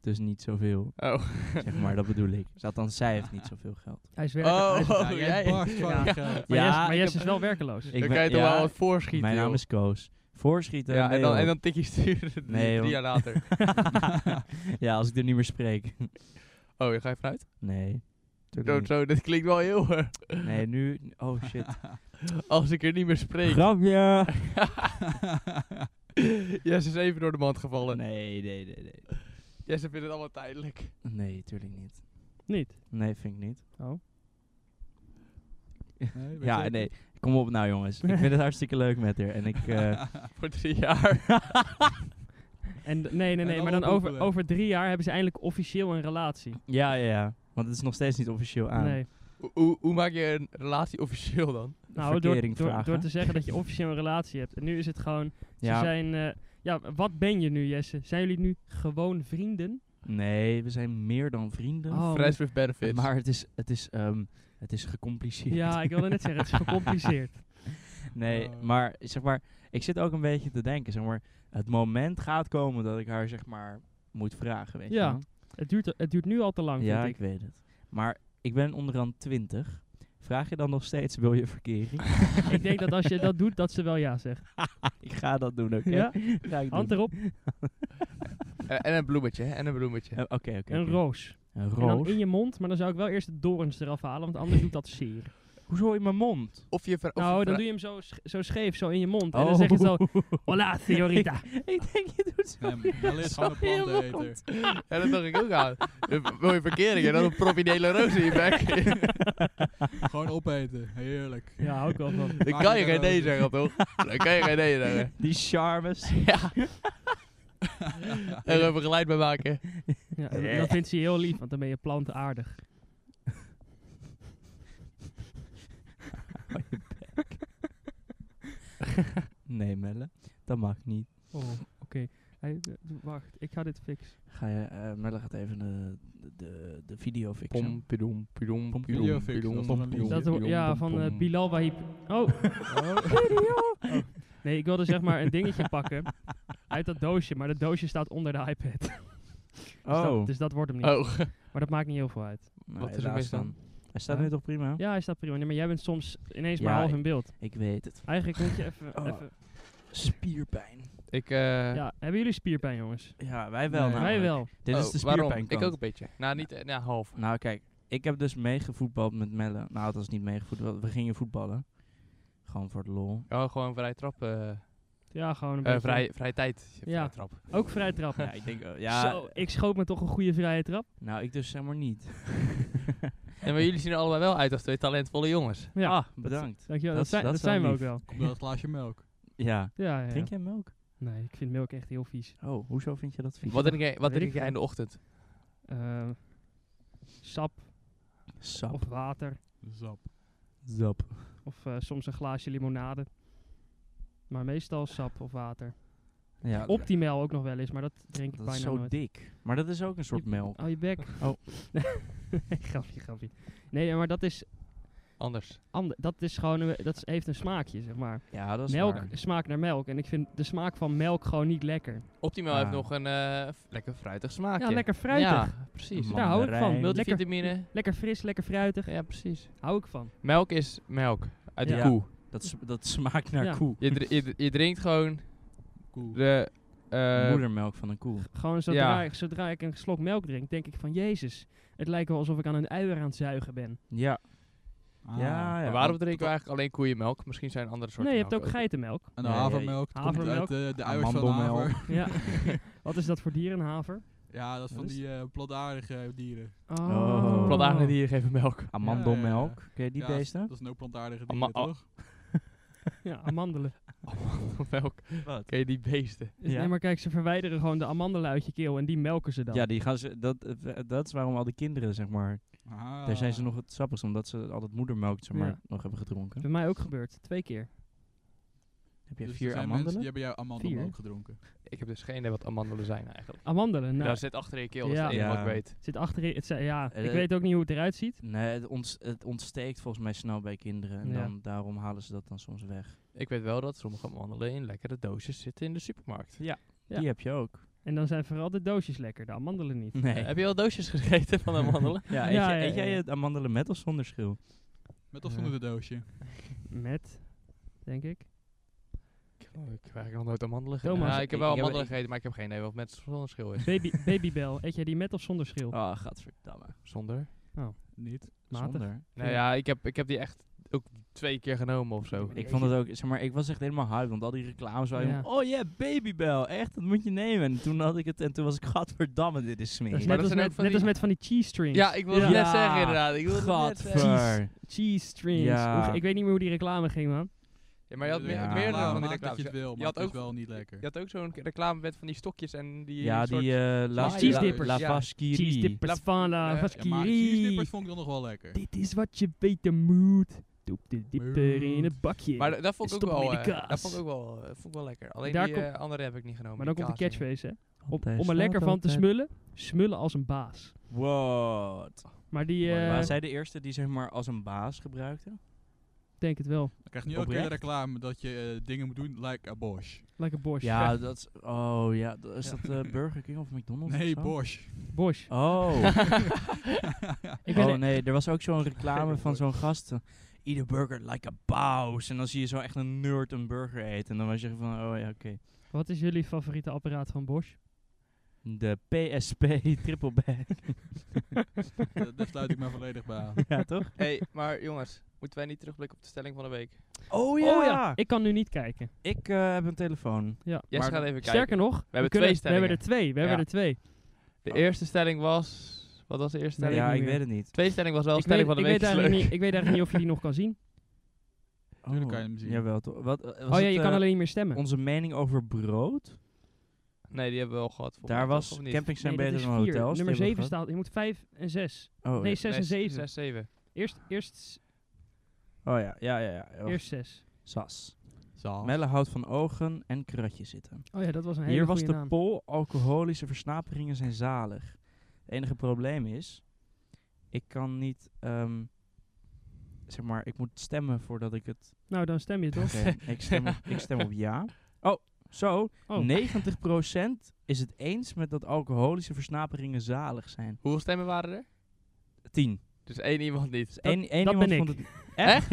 [SPEAKER 3] dus niet zoveel.
[SPEAKER 5] Oh.
[SPEAKER 3] Zeg maar, dat bedoel ik. Dus althans, zij heeft niet zoveel geld.
[SPEAKER 4] Hij is werkeloos.
[SPEAKER 5] Oh,
[SPEAKER 4] Hij is-
[SPEAKER 1] Ja, jij
[SPEAKER 5] jij-
[SPEAKER 1] barst van
[SPEAKER 4] Ja.
[SPEAKER 1] geld.
[SPEAKER 4] Maar,
[SPEAKER 3] Ja,
[SPEAKER 4] Jesse, maar
[SPEAKER 3] ik
[SPEAKER 4] Jesse
[SPEAKER 3] heb-
[SPEAKER 4] is wel werkeloos.
[SPEAKER 3] Ik
[SPEAKER 5] dan
[SPEAKER 3] ben-
[SPEAKER 5] kan je toch
[SPEAKER 3] ja,
[SPEAKER 5] wel wat voorschieten.
[SPEAKER 3] Mijn naam
[SPEAKER 5] joh.
[SPEAKER 3] is Koos. Voorschieten.
[SPEAKER 5] Ja, en dan,
[SPEAKER 3] Leo.
[SPEAKER 5] en dan tikkie sturen.
[SPEAKER 3] Nee,
[SPEAKER 5] drie
[SPEAKER 3] want-
[SPEAKER 5] jaar later.
[SPEAKER 3] ja, als ik er niet meer spreek.
[SPEAKER 5] Oh, je ga je vanuit?
[SPEAKER 3] Nee.
[SPEAKER 5] Zo, zo, dit klinkt wel heel erg.
[SPEAKER 3] Nee, nu... Oh shit.
[SPEAKER 5] Als ik er niet meer spreek.
[SPEAKER 3] Grapje!
[SPEAKER 5] Jesse is even door de mand gevallen.
[SPEAKER 3] Nee, nee, nee, nee.
[SPEAKER 5] Jesse vindt het allemaal tijdelijk.
[SPEAKER 3] Nee, tuurlijk niet.
[SPEAKER 4] Niet.
[SPEAKER 3] Nee, vind ik niet.
[SPEAKER 4] Oh.
[SPEAKER 1] Nee, weet
[SPEAKER 3] Ja,
[SPEAKER 1] je-
[SPEAKER 3] nee. Kom op nou jongens. Ik vind het hartstikke leuk met haar. En ik... eh,
[SPEAKER 5] Voor drie jaar.
[SPEAKER 4] En, d- nee, nee, nee.
[SPEAKER 1] dan
[SPEAKER 4] maar dan over,
[SPEAKER 3] eh.
[SPEAKER 1] ophoepelen.
[SPEAKER 4] over drie jaar hebben ze eindelijk officieel een relatie.
[SPEAKER 3] ja, ja, ja. Want het is nog steeds niet officieel aan.
[SPEAKER 4] Nee.
[SPEAKER 5] Hoe- hoe, hoe maak je een relatie officieel dan?
[SPEAKER 4] Nou, door,
[SPEAKER 3] verkering
[SPEAKER 4] door,
[SPEAKER 3] vragen.
[SPEAKER 4] door te zeggen dat je officieel een relatie hebt. En nu is het gewoon... Ze
[SPEAKER 3] Ja.
[SPEAKER 4] zijn... eh, ja, wat ben je nu, Jesse? Zijn jullie nu gewoon vrienden?
[SPEAKER 3] Nee, we zijn meer dan vrienden.
[SPEAKER 4] Oh,
[SPEAKER 5] Friends with benefits.
[SPEAKER 3] maar het is... Het is, ehm, het is gecompliceerd.
[SPEAKER 4] Ja, ik wilde net zeggen, het is gecompliceerd.
[SPEAKER 3] Nee,
[SPEAKER 1] Oh.
[SPEAKER 3] maar zeg maar, ik zit ook een beetje te denken, zeg maar, het moment gaat komen dat ik haar zeg maar moet vragen, weet je
[SPEAKER 4] Ja,
[SPEAKER 3] wel?
[SPEAKER 4] Het duurt, het duurt nu al te lang,
[SPEAKER 3] Ja,
[SPEAKER 4] vind
[SPEAKER 3] ik
[SPEAKER 4] ik.
[SPEAKER 3] weet het. Maar ik ben onderaan 20. Vraag je dan nog steeds, wil je verkering?
[SPEAKER 4] ik denk dat als je dat doet, dat ze wel ja zegt.
[SPEAKER 3] ik ga dat doen, oké?
[SPEAKER 4] Ja?
[SPEAKER 3] Ga ik doen.
[SPEAKER 4] Hand erop,
[SPEAKER 5] Eh, En, en een bloemetje, hè, en een bloemetje.
[SPEAKER 3] Eh, Oké, oké.
[SPEAKER 4] een
[SPEAKER 3] oké.
[SPEAKER 4] roos.
[SPEAKER 3] Een
[SPEAKER 4] En dan
[SPEAKER 3] roos.
[SPEAKER 4] in je mond, maar dan zou ik wel eerst de dorens eraf halen, want anders doet dat zeer.
[SPEAKER 3] Hoezo in mijn mond?
[SPEAKER 5] Of je vra- of
[SPEAKER 4] nou, dan
[SPEAKER 5] je vra-
[SPEAKER 4] doe je hem zo, sch- zo scheef, zo in je mond. En dan zeg je zo, hola, señorita.
[SPEAKER 3] Oh. ik denk, je doet zo.
[SPEAKER 1] Nee, Nelle is gewoon een
[SPEAKER 3] in je
[SPEAKER 1] planteneter.
[SPEAKER 3] mond.
[SPEAKER 5] Ja, dat dacht ik ook aan. Eh, Wil je verkering en dan een providele roos in je bek?
[SPEAKER 1] Gewoon opeten, heerlijk.
[SPEAKER 4] Ja, hou ik wel van.
[SPEAKER 5] Dan kan je geen
[SPEAKER 1] dus
[SPEAKER 5] nee zeggen, toch? Dan kan je geen nee zeggen.
[SPEAKER 3] Die charmes.
[SPEAKER 5] Ja. En er even geleid bij maken.
[SPEAKER 4] Ja, en dat vindt ze heel lief, want dan ben je plantaardig.
[SPEAKER 3] Nee, Melle. Dat mag niet.
[SPEAKER 4] Oh, oké. Hij- d- d- wacht, ik ga dit fixen.
[SPEAKER 3] Ga je, eh, Melle gaat even de, de, de video fixen.
[SPEAKER 5] Pom, pidom, pidom,
[SPEAKER 3] Pom,
[SPEAKER 5] pidom,
[SPEAKER 1] videofix,
[SPEAKER 5] pidom,
[SPEAKER 1] dat is nog een
[SPEAKER 5] pidom,
[SPEAKER 1] liedje.
[SPEAKER 4] Dat, ho-
[SPEAKER 5] pidom,
[SPEAKER 4] ja,
[SPEAKER 5] pom,
[SPEAKER 4] van eh,
[SPEAKER 5] pom.
[SPEAKER 4] Bilal Wahib. Oh,
[SPEAKER 1] Oh.
[SPEAKER 4] nee, ik wilde zeg maar een dingetje pakken uit dat doosje, maar dat doosje staat onder de iPad. Dus,
[SPEAKER 3] Oh,
[SPEAKER 4] dat, dus dat wordt hem niet.
[SPEAKER 5] Oh,
[SPEAKER 4] Maar dat maakt niet heel veel uit.
[SPEAKER 3] Nou,
[SPEAKER 5] Wat is er
[SPEAKER 3] helaas
[SPEAKER 5] mis dan?
[SPEAKER 3] Hij staat
[SPEAKER 4] Ja.
[SPEAKER 3] nu toch prima?
[SPEAKER 4] Ja, hij staat prima. Nee, maar jij bent soms ineens maar
[SPEAKER 3] Ja,
[SPEAKER 4] half
[SPEAKER 3] ik-
[SPEAKER 4] in beeld.
[SPEAKER 3] Ik weet het.
[SPEAKER 4] Eigenlijk moet je even...
[SPEAKER 3] Oh.
[SPEAKER 4] even-
[SPEAKER 3] Spierpijn.
[SPEAKER 5] ik... eh,
[SPEAKER 4] Ja, hebben jullie spierpijn, jongens?
[SPEAKER 3] Ja, wij wel.
[SPEAKER 1] Nee.
[SPEAKER 3] namelijk.
[SPEAKER 4] Wij wel.
[SPEAKER 3] Dit is
[SPEAKER 5] oh,
[SPEAKER 3] de
[SPEAKER 5] waarom?
[SPEAKER 3] spierpijn.
[SPEAKER 5] Ik ook een beetje. Nou, niet... eh, Nou, half.
[SPEAKER 3] Nou, kijk, ik heb dus meegevoetbald met Melle. Nou, dat is niet meegevoetbald. We gingen voetballen. Gewoon voor de lol.
[SPEAKER 5] Oh, gewoon vrij trap. eh, eh,
[SPEAKER 4] Ja, gewoon een beetje.
[SPEAKER 5] vrij, vrij tijd.
[SPEAKER 4] Ja.
[SPEAKER 5] Vrij trap.
[SPEAKER 4] Ook vrij trap.
[SPEAKER 3] Ja, ik denk, eh, ja.
[SPEAKER 4] Zo, ik schoot me toch een goede vrije trap.
[SPEAKER 3] Nou, ik dus zeg maar niet.
[SPEAKER 5] En maar jullie zien er allebei wel uit als twee talentvolle jongens.
[SPEAKER 4] Ja,
[SPEAKER 3] ah, bedankt.
[SPEAKER 4] Dankjewel.
[SPEAKER 3] dat
[SPEAKER 4] Dat,
[SPEAKER 3] is-
[SPEAKER 4] zijn,
[SPEAKER 3] dat
[SPEAKER 4] dat,
[SPEAKER 3] is wel
[SPEAKER 4] zijn we ook
[SPEAKER 3] lief.
[SPEAKER 4] wel.
[SPEAKER 1] Komt wel een glaasje melk.
[SPEAKER 3] Ja.
[SPEAKER 4] Ja, ja, ja.
[SPEAKER 3] Drink jij melk?
[SPEAKER 4] Nee, ik vind melk echt heel vies.
[SPEAKER 3] Oh, hoezo vind je dat vies?
[SPEAKER 5] Wat drink jij, wat
[SPEAKER 4] Weet
[SPEAKER 5] drink
[SPEAKER 4] ik
[SPEAKER 5] jij in de
[SPEAKER 4] veel.
[SPEAKER 5] ochtend?
[SPEAKER 4] Eh, sap
[SPEAKER 3] Sap.
[SPEAKER 4] of water.
[SPEAKER 1] Zap.
[SPEAKER 3] Sap.
[SPEAKER 4] Of eh, soms een glaasje limonade. Maar meestal sap of water.
[SPEAKER 3] Ja,
[SPEAKER 4] Optimaal ook nog wel eens, maar dat drink ik
[SPEAKER 3] dat is
[SPEAKER 4] bijna
[SPEAKER 3] zo
[SPEAKER 4] nooit.
[SPEAKER 3] dik. Maar dat is ook een soort
[SPEAKER 4] Je-
[SPEAKER 3] melk.
[SPEAKER 4] Oh, je bek.
[SPEAKER 3] Oh.
[SPEAKER 4] nee, grapje, grapje. Nee, maar dat is,
[SPEAKER 5] Anders.
[SPEAKER 4] ander, dat is gewoon, een- dat is- heeft een smaakje, zeg maar.
[SPEAKER 3] Ja, dat is
[SPEAKER 4] Melk
[SPEAKER 3] waar.
[SPEAKER 4] smaakt naar melk. En ik vind de smaak van melk gewoon niet lekker.
[SPEAKER 5] Optimaal
[SPEAKER 3] Ah.
[SPEAKER 5] heeft nog een eh, f- lekker fruitig smaakje.
[SPEAKER 4] Ja, lekker fruitig.
[SPEAKER 5] Ja, precies.
[SPEAKER 3] Man.
[SPEAKER 4] Daar hou ik van.
[SPEAKER 3] Mandarijn.
[SPEAKER 4] Lekker,
[SPEAKER 5] Multivitamine.
[SPEAKER 4] lekker fris, lekker fruitig.
[SPEAKER 5] Ja, precies.
[SPEAKER 4] Hou ik van.
[SPEAKER 5] Melk is melk. Uit de
[SPEAKER 3] Ja.
[SPEAKER 5] koe.
[SPEAKER 3] Dat, s- dat smaakt naar
[SPEAKER 4] Ja.
[SPEAKER 3] koe.
[SPEAKER 5] Je, dr- je, dr- je drinkt gewoon
[SPEAKER 1] Cool.
[SPEAKER 5] de... eh,
[SPEAKER 3] Moedermelk van een koe.
[SPEAKER 4] Gewoon zodra,
[SPEAKER 5] Ja.
[SPEAKER 4] ik, zodra ik een slok melk drink, denk ik van... Jezus, het lijkt wel alsof ik aan een uier aan het zuigen ben.
[SPEAKER 3] Ja.
[SPEAKER 1] Ah.
[SPEAKER 3] Ja, ja.
[SPEAKER 5] maar waarom drinken we eigenlijk alleen koeienmelk? Misschien zijn andere soorten
[SPEAKER 4] nee, je hebt
[SPEAKER 5] melk
[SPEAKER 4] ook geitenmelk.
[SPEAKER 1] En de
[SPEAKER 3] Ja, ja, ja.
[SPEAKER 1] havermelk. het Komt uit
[SPEAKER 4] Havermelk.
[SPEAKER 1] eh, de, de uiers van de
[SPEAKER 3] Amandelmelk.
[SPEAKER 1] haver.
[SPEAKER 4] ja. Wat is dat voor dierenhaver?
[SPEAKER 1] Ja, dat is van
[SPEAKER 3] Wat is
[SPEAKER 1] die eh plantaardige dieren.
[SPEAKER 3] Oh.
[SPEAKER 5] Plantaardige dieren geven melk.
[SPEAKER 3] Amandelmelk.
[SPEAKER 1] Ja,
[SPEAKER 3] Ken je die
[SPEAKER 1] Ja,
[SPEAKER 3] beesten?
[SPEAKER 1] Dat is een plantaardige
[SPEAKER 5] Ama-
[SPEAKER 1] dieren, toch?
[SPEAKER 4] Ja, amandelen.
[SPEAKER 5] melk.
[SPEAKER 3] Wat?
[SPEAKER 5] Oké, die beesten.
[SPEAKER 4] Dus
[SPEAKER 3] Ja.
[SPEAKER 4] Nee, maar kijk, ze verwijderen gewoon de amandelen uit je keel en die melken ze dan.
[SPEAKER 3] Ja, die gaan ze, dat, eh, dat is waarom al die kinderen, zeg maar,
[SPEAKER 1] Ah.
[SPEAKER 3] daar zijn ze nog het sappigst, omdat ze altijd moedermelk, zeg maar,
[SPEAKER 4] Ja. Dus
[SPEAKER 3] nog hebben gedronken.
[SPEAKER 4] Bij mij ook gebeurd. Twee keer.
[SPEAKER 3] Heb je
[SPEAKER 1] Dus er
[SPEAKER 3] vier
[SPEAKER 1] zijn mensen
[SPEAKER 3] amandelen?
[SPEAKER 1] die hebben jouw amandelmelk
[SPEAKER 4] Vier?
[SPEAKER 1] gedronken.
[SPEAKER 5] Ik heb dus geen idee wat amandelen zijn eigenlijk.
[SPEAKER 4] Amandelen, nou,
[SPEAKER 5] Nou, zit achter je keel, dat is
[SPEAKER 4] Ja.
[SPEAKER 5] het enige wat
[SPEAKER 3] Ja.
[SPEAKER 5] ik weet.
[SPEAKER 4] zit achterin. Het, zijn- ja,
[SPEAKER 3] Eh,
[SPEAKER 4] ik weet ook niet hoe het eruit ziet.
[SPEAKER 3] Nee, het, ons, het ontsteekt volgens mij snel bij kinderen. En
[SPEAKER 4] Ja.
[SPEAKER 3] dan, daarom halen ze dat dan soms weg.
[SPEAKER 5] Ik weet wel dat sommige amandelen in lekkere doosjes zitten in de supermarkt.
[SPEAKER 4] Ja.
[SPEAKER 3] Die heb je ook.
[SPEAKER 4] En dan zijn vooral de doosjes lekker, de amandelen niet.
[SPEAKER 3] Nee.
[SPEAKER 5] Eh, heb je al doosjes gegeten van amandelen?
[SPEAKER 3] ja, eet,
[SPEAKER 4] Ja,
[SPEAKER 3] je-
[SPEAKER 4] ja,
[SPEAKER 3] eet jij
[SPEAKER 4] ja.
[SPEAKER 3] het amandelen met of zonder schil?
[SPEAKER 1] Met of
[SPEAKER 5] Ja.
[SPEAKER 1] zonder de doosje.
[SPEAKER 4] Met, denk ik.
[SPEAKER 5] ik heb eigenlijk nog nooit amandelen
[SPEAKER 4] gegeten.
[SPEAKER 5] gegeten.
[SPEAKER 4] Thomas,
[SPEAKER 5] Ja, ik heb
[SPEAKER 3] ik-
[SPEAKER 5] wel
[SPEAKER 3] ik heb-
[SPEAKER 5] amandelen
[SPEAKER 3] ik-
[SPEAKER 5] gegeten, maar ik heb geen idee wat met zonder schil is.
[SPEAKER 4] Baby, babybel, eet jij die met of zonder schil?
[SPEAKER 3] Oh, gadverdamme.
[SPEAKER 5] Zonder?
[SPEAKER 1] Niet.
[SPEAKER 4] Matig.
[SPEAKER 3] Zonder.
[SPEAKER 5] Nou
[SPEAKER 4] Ja.
[SPEAKER 5] ja, ik heb, ik heb die echt ook twee keer genomen of zo.
[SPEAKER 3] Ik vond het ook, zeg maar, ik was echt helemaal hype, want al die reclames waren
[SPEAKER 4] Ja.
[SPEAKER 3] van, oh yeah, babybel, echt, dat moet je nemen. En toen had ik het, en toen was ik, gadverdamme, dit is
[SPEAKER 4] Dat is
[SPEAKER 3] smerig.
[SPEAKER 5] Maar
[SPEAKER 4] net
[SPEAKER 5] dat
[SPEAKER 4] als,
[SPEAKER 5] zijn ook
[SPEAKER 4] met,
[SPEAKER 5] van
[SPEAKER 4] net
[SPEAKER 5] die-
[SPEAKER 4] als met van die cheese strings.
[SPEAKER 5] Ja, ik wilde het
[SPEAKER 3] Ja.
[SPEAKER 5] net zeggen inderdaad. Ik wilde het net eh, zeggen.
[SPEAKER 3] Gadver.
[SPEAKER 4] Cheese strings.
[SPEAKER 3] Ja.
[SPEAKER 4] Hoe- Ik weet niet meer hoe die reclame ging, man.
[SPEAKER 5] Ja, maar je had me-
[SPEAKER 3] Ja.
[SPEAKER 5] meerdere
[SPEAKER 1] Maar
[SPEAKER 5] van die
[SPEAKER 1] maak dat je
[SPEAKER 5] reclames.
[SPEAKER 1] het wil, maar
[SPEAKER 5] had
[SPEAKER 1] het is
[SPEAKER 5] ook-
[SPEAKER 1] wel niet
[SPEAKER 5] Je
[SPEAKER 1] lekker.
[SPEAKER 5] had ook zo'n reclame met van die stokjes en die
[SPEAKER 3] Ja,
[SPEAKER 5] soort-
[SPEAKER 3] die eh la,
[SPEAKER 5] Cheese
[SPEAKER 3] la,
[SPEAKER 4] dippers.
[SPEAKER 3] la
[SPEAKER 5] Ja.
[SPEAKER 3] Vaskiri.
[SPEAKER 4] Cheese dippers
[SPEAKER 5] La-
[SPEAKER 4] van La
[SPEAKER 5] eh, ja,
[SPEAKER 1] Ja, maar cheese
[SPEAKER 4] Vaskiri.
[SPEAKER 1] dippers vond ik dan nog wel lekker.
[SPEAKER 4] Dit is wat je weten moet. Doe de dipper in het bakje.
[SPEAKER 5] Maar da- dat vond ik ook
[SPEAKER 4] Stop hem
[SPEAKER 5] wel,
[SPEAKER 4] in de
[SPEAKER 5] eh, dat
[SPEAKER 4] kaas.
[SPEAKER 5] vond ik ook wel, eh, vond ik wel lekker. Alleen
[SPEAKER 4] Daar
[SPEAKER 5] die
[SPEAKER 4] komt-
[SPEAKER 5] eh, andere heb ik niet genomen.
[SPEAKER 4] Maar dan
[SPEAKER 5] die
[SPEAKER 4] komt de
[SPEAKER 5] kaas, eh.
[SPEAKER 4] catchphrase, hè. Om,
[SPEAKER 3] Want hij
[SPEAKER 4] om er lekker
[SPEAKER 3] staat
[SPEAKER 4] van te
[SPEAKER 3] altijd-
[SPEAKER 4] smullen, smullen als een baas.
[SPEAKER 3] What?
[SPEAKER 4] Maar die... eh, Oh,
[SPEAKER 3] Waren zij de eerste die zeg maar als een baas gebruikte?
[SPEAKER 4] denk het wel.
[SPEAKER 1] Dan krijg je nu ook weer de
[SPEAKER 3] Oprecht?
[SPEAKER 1] reclame dat je eh, dingen moet doen like a Bosch.
[SPEAKER 4] Lekker Bosch.
[SPEAKER 3] Ja, dat is... Oh, ja. dat- Is
[SPEAKER 1] Ja.
[SPEAKER 3] dat eh, Burger King of McDonald's
[SPEAKER 1] Nee,
[SPEAKER 3] of zo?
[SPEAKER 1] Bosch.
[SPEAKER 4] Bosch.
[SPEAKER 3] Oh.
[SPEAKER 4] Ik ben
[SPEAKER 3] oh
[SPEAKER 4] er-
[SPEAKER 3] nee, er was ook zo'n reclame van zo'n gast. eh, Eat a burger like a boss. En dan zie je zo echt een nerd een burger eten. En dan was je van, oh ja, oké.
[SPEAKER 4] Wat is jullie favoriete apparaat van Bosch?
[SPEAKER 3] De PSP triple back.
[SPEAKER 1] Eh, Daar daar sluit ik me volledig bij aan.
[SPEAKER 3] ja, toch?
[SPEAKER 5] hey, maar jongens, moeten wij niet terugblikken op de stelling van de week?
[SPEAKER 3] Oh
[SPEAKER 4] Oh ja, ik kan nu niet kijken.
[SPEAKER 3] Ik eh, heb een telefoon.
[SPEAKER 4] Ja.
[SPEAKER 5] Jess
[SPEAKER 1] Maar
[SPEAKER 5] gaat even kijken.
[SPEAKER 4] Sterker nog, we,
[SPEAKER 5] hebben
[SPEAKER 4] kunnen-
[SPEAKER 5] twee
[SPEAKER 4] we hebben er twee. We hebben er twee.
[SPEAKER 5] De eerste stelling was... Wat was de eerste
[SPEAKER 4] Nee,
[SPEAKER 5] stelling?
[SPEAKER 3] ja,
[SPEAKER 4] niet
[SPEAKER 3] ik
[SPEAKER 4] meer.
[SPEAKER 3] weet het niet.
[SPEAKER 5] Tweede stelling was wel
[SPEAKER 4] ik
[SPEAKER 5] stelling
[SPEAKER 4] weet,
[SPEAKER 5] van de
[SPEAKER 4] ik weet
[SPEAKER 5] week. is
[SPEAKER 4] eigenlijk
[SPEAKER 5] leuk.
[SPEAKER 4] niet, ik weet eigenlijk niet of je die nog kan zien.
[SPEAKER 1] Tuurlijk kan je hem zien.
[SPEAKER 3] Oh, Jawel, toch? Wat, eh, was
[SPEAKER 4] oh ja,
[SPEAKER 3] het,
[SPEAKER 4] je kan
[SPEAKER 3] eh,
[SPEAKER 4] alleen niet meer stemmen.
[SPEAKER 3] Onze mening over brood.
[SPEAKER 5] Nee, die hebben we al gehad. volgens
[SPEAKER 3] Daar
[SPEAKER 5] mij,
[SPEAKER 3] was
[SPEAKER 5] toch, of niet?
[SPEAKER 3] campings zijn
[SPEAKER 4] Nee, dat
[SPEAKER 3] beter
[SPEAKER 4] is
[SPEAKER 3] dan
[SPEAKER 4] vier.
[SPEAKER 3] hotels.
[SPEAKER 4] Nummer
[SPEAKER 3] die
[SPEAKER 4] 7
[SPEAKER 3] hebben we
[SPEAKER 4] staat. Je moet 5 en 6.
[SPEAKER 3] gehad. Oh,
[SPEAKER 4] Nee,
[SPEAKER 3] ja.
[SPEAKER 4] 6 en 7.
[SPEAKER 5] 6, 7.
[SPEAKER 4] Eerst 6. Eerst,
[SPEAKER 3] oh ja, ja, ja. ja. Oh,
[SPEAKER 4] eerst zes.
[SPEAKER 3] Sas.
[SPEAKER 1] Zal.
[SPEAKER 3] Melle houdt van ogen en kratje zitten.
[SPEAKER 4] Oh ja, dat was een hele
[SPEAKER 3] Hier was
[SPEAKER 4] goeie
[SPEAKER 3] de
[SPEAKER 4] naam.
[SPEAKER 3] pol, alcoholische versnaperingen zijn zalig. Het enige probleem is, ik kan niet, ehm, zeg maar, ik moet stemmen voordat ik het...
[SPEAKER 4] Nou, dan stem je toch?
[SPEAKER 3] Oké, ik, stem op, ik stem op ja. Oh, zo,
[SPEAKER 4] Oh.
[SPEAKER 3] 90% is het eens met dat alcoholische versnaperingen zalig zijn.
[SPEAKER 5] Hoeveel stemmen waren er?
[SPEAKER 3] 10.
[SPEAKER 5] Dus één iemand niet.
[SPEAKER 3] Dus één, één
[SPEAKER 4] dat
[SPEAKER 3] iemand
[SPEAKER 4] ben
[SPEAKER 3] vond
[SPEAKER 4] ik.
[SPEAKER 3] het... Echt?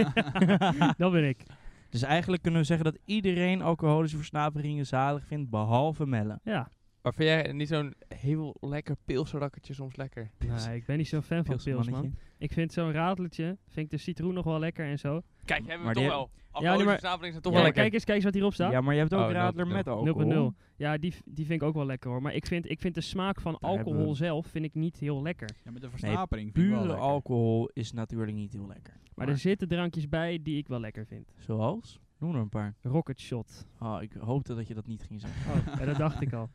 [SPEAKER 4] dat ben ik.
[SPEAKER 3] dus eigenlijk kunnen we zeggen dat iedereen alcoholische versnaperingen zalig vindt, behalve Melle.
[SPEAKER 4] Ja.
[SPEAKER 5] Maar vind jij niet zo'n heel lekker pilsenrakketje soms lekker?
[SPEAKER 4] Nee, Nou, ik ben niet zo'n fan van pils, man.
[SPEAKER 3] Pilsmannetje.
[SPEAKER 4] Ik vind zo'n rateltje, vind ik de citroen nog wel lekker en zo.
[SPEAKER 5] Kijk, hebben we
[SPEAKER 3] Maar
[SPEAKER 5] toch
[SPEAKER 3] die-
[SPEAKER 5] wel.
[SPEAKER 4] Ja, nee,
[SPEAKER 5] Alcoholische
[SPEAKER 4] maar-
[SPEAKER 5] versnapelingen zijn toch
[SPEAKER 4] ja,
[SPEAKER 5] wel
[SPEAKER 4] maar
[SPEAKER 5] lekker.
[SPEAKER 4] kijk eens, kijk eens wat hierop staat.
[SPEAKER 3] Ja, maar je hebt ook
[SPEAKER 5] Oh,
[SPEAKER 3] radler met
[SPEAKER 5] 0.0.
[SPEAKER 3] alcohol.
[SPEAKER 4] 0.0. Ja, die, v- die vind ik ook wel lekker hoor. Maar ik vind, ik vind de smaak van
[SPEAKER 3] Daar hebben
[SPEAKER 4] alcohol
[SPEAKER 3] we-
[SPEAKER 4] zelf vind ik niet heel lekker.
[SPEAKER 1] Ja, met de versnapering vind ik wel
[SPEAKER 3] Pure
[SPEAKER 1] lekker.
[SPEAKER 3] alcohol is natuurlijk niet heel lekker.
[SPEAKER 4] Maar
[SPEAKER 3] Maar-
[SPEAKER 4] er zitten drankjes bij die ik wel lekker vind.
[SPEAKER 3] Zoals? Noem er een paar.
[SPEAKER 4] Rocket shot.
[SPEAKER 3] Ah, ik hoopte dat je dat niet ging zeggen.
[SPEAKER 4] Ja, dat dacht ik al.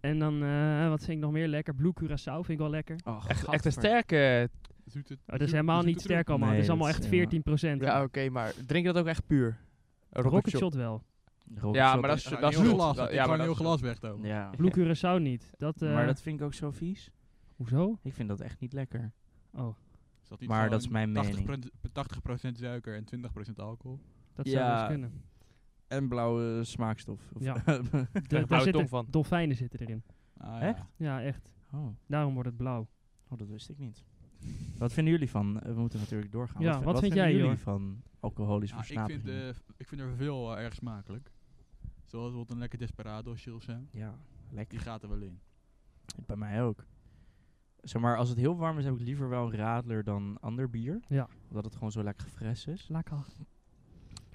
[SPEAKER 4] En dan, eh, wat vind ik nog meer lekker? Blue Curaçao vind ik wel lekker.
[SPEAKER 3] Oh,
[SPEAKER 5] Echt, echt een sterke...
[SPEAKER 1] Zoete-
[SPEAKER 4] Oh, dat is
[SPEAKER 1] zoete-
[SPEAKER 4] helemaal
[SPEAKER 1] zoete
[SPEAKER 4] niet
[SPEAKER 1] troep.
[SPEAKER 4] sterk allemaal.
[SPEAKER 3] Nee,
[SPEAKER 4] het is allemaal
[SPEAKER 3] dat is
[SPEAKER 4] echt 14%.
[SPEAKER 3] helemaal-
[SPEAKER 5] Ja, oké, maar drink je dat ook echt puur? Een
[SPEAKER 4] Rocket,
[SPEAKER 5] rocketje
[SPEAKER 4] shot. wel.
[SPEAKER 5] Ja, maar dat is-
[SPEAKER 1] Ja, een
[SPEAKER 5] dat is
[SPEAKER 1] heel
[SPEAKER 5] zoet.
[SPEAKER 1] glas.
[SPEAKER 5] Ja,
[SPEAKER 1] Ik
[SPEAKER 5] maar
[SPEAKER 1] ga een
[SPEAKER 5] dat
[SPEAKER 1] heel
[SPEAKER 5] is
[SPEAKER 1] glas weg, Toon.
[SPEAKER 3] Ja.
[SPEAKER 4] Blue Curaçao niet. Dat, eh,
[SPEAKER 3] Maar dat vind ik ook zo vies.
[SPEAKER 4] Hoezo?
[SPEAKER 3] Ik vind dat echt niet lekker.
[SPEAKER 4] Oh,
[SPEAKER 1] Is dat niet
[SPEAKER 3] Maar
[SPEAKER 1] gewoon
[SPEAKER 3] dat is mijn
[SPEAKER 1] 80%, 80% suiker en 20% alcohol.
[SPEAKER 4] dat zou
[SPEAKER 3] Ja.
[SPEAKER 4] dus kunnen.
[SPEAKER 3] En blauwe smaakstof. Of
[SPEAKER 4] Ja.
[SPEAKER 5] een
[SPEAKER 4] daar
[SPEAKER 5] blauwe
[SPEAKER 4] zitten
[SPEAKER 5] tong van.
[SPEAKER 4] dolfijnen zitten erin.
[SPEAKER 1] Ah,
[SPEAKER 3] Echt?
[SPEAKER 1] Ja.
[SPEAKER 4] Ja, echt.
[SPEAKER 3] oh.
[SPEAKER 4] Daarom wordt het blauw.
[SPEAKER 3] oh, dat wist ik niet. Wat vinden jullie van? eh, We moeten natuurlijk doorgaan.
[SPEAKER 4] Ja,
[SPEAKER 3] vi-
[SPEAKER 4] wat vind jij,
[SPEAKER 3] vinden jullie
[SPEAKER 4] Jor?
[SPEAKER 3] van alcoholisch
[SPEAKER 1] Nou, ik, vind,
[SPEAKER 3] versnapering?
[SPEAKER 1] eh, ik vind er veel eh, erg smakelijk. Zoals bijvoorbeeld een lekker Desperado chill hè.
[SPEAKER 3] ja,
[SPEAKER 1] Die
[SPEAKER 3] lekker.
[SPEAKER 1] gaat er wel in.
[SPEAKER 3] Bij mij ook. Zeg maar, als het heel warm is, heb ik liever wel een radler dan ander bier.
[SPEAKER 4] Ja.
[SPEAKER 3] Omdat het gewoon zo lekker gefres is.
[SPEAKER 4] Lekker.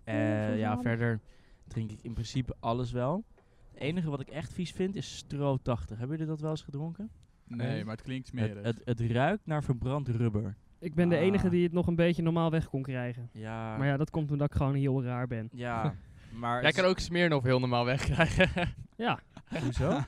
[SPEAKER 3] Eh,
[SPEAKER 4] zo
[SPEAKER 3] ja,
[SPEAKER 4] zalig.
[SPEAKER 3] verder drink ik in principe alles wel. Het enige wat ik echt vies vind is stro 80. Hebben jullie dat wel eens gedronken?
[SPEAKER 1] Nee, maar het klinkt
[SPEAKER 3] Het,
[SPEAKER 1] smerig.
[SPEAKER 3] het, het ruikt naar verbrand rubber.
[SPEAKER 4] Ik ben de
[SPEAKER 3] Ah.
[SPEAKER 4] enige die het nog een beetje normaal weg kon krijgen.
[SPEAKER 3] Ja,
[SPEAKER 4] Maar ja, dat komt omdat ik gewoon heel raar ben.
[SPEAKER 3] ja. maar
[SPEAKER 5] Jij kan ook Smirnoff heel normaal wegkrijgen.
[SPEAKER 4] Ja,
[SPEAKER 3] hoezo?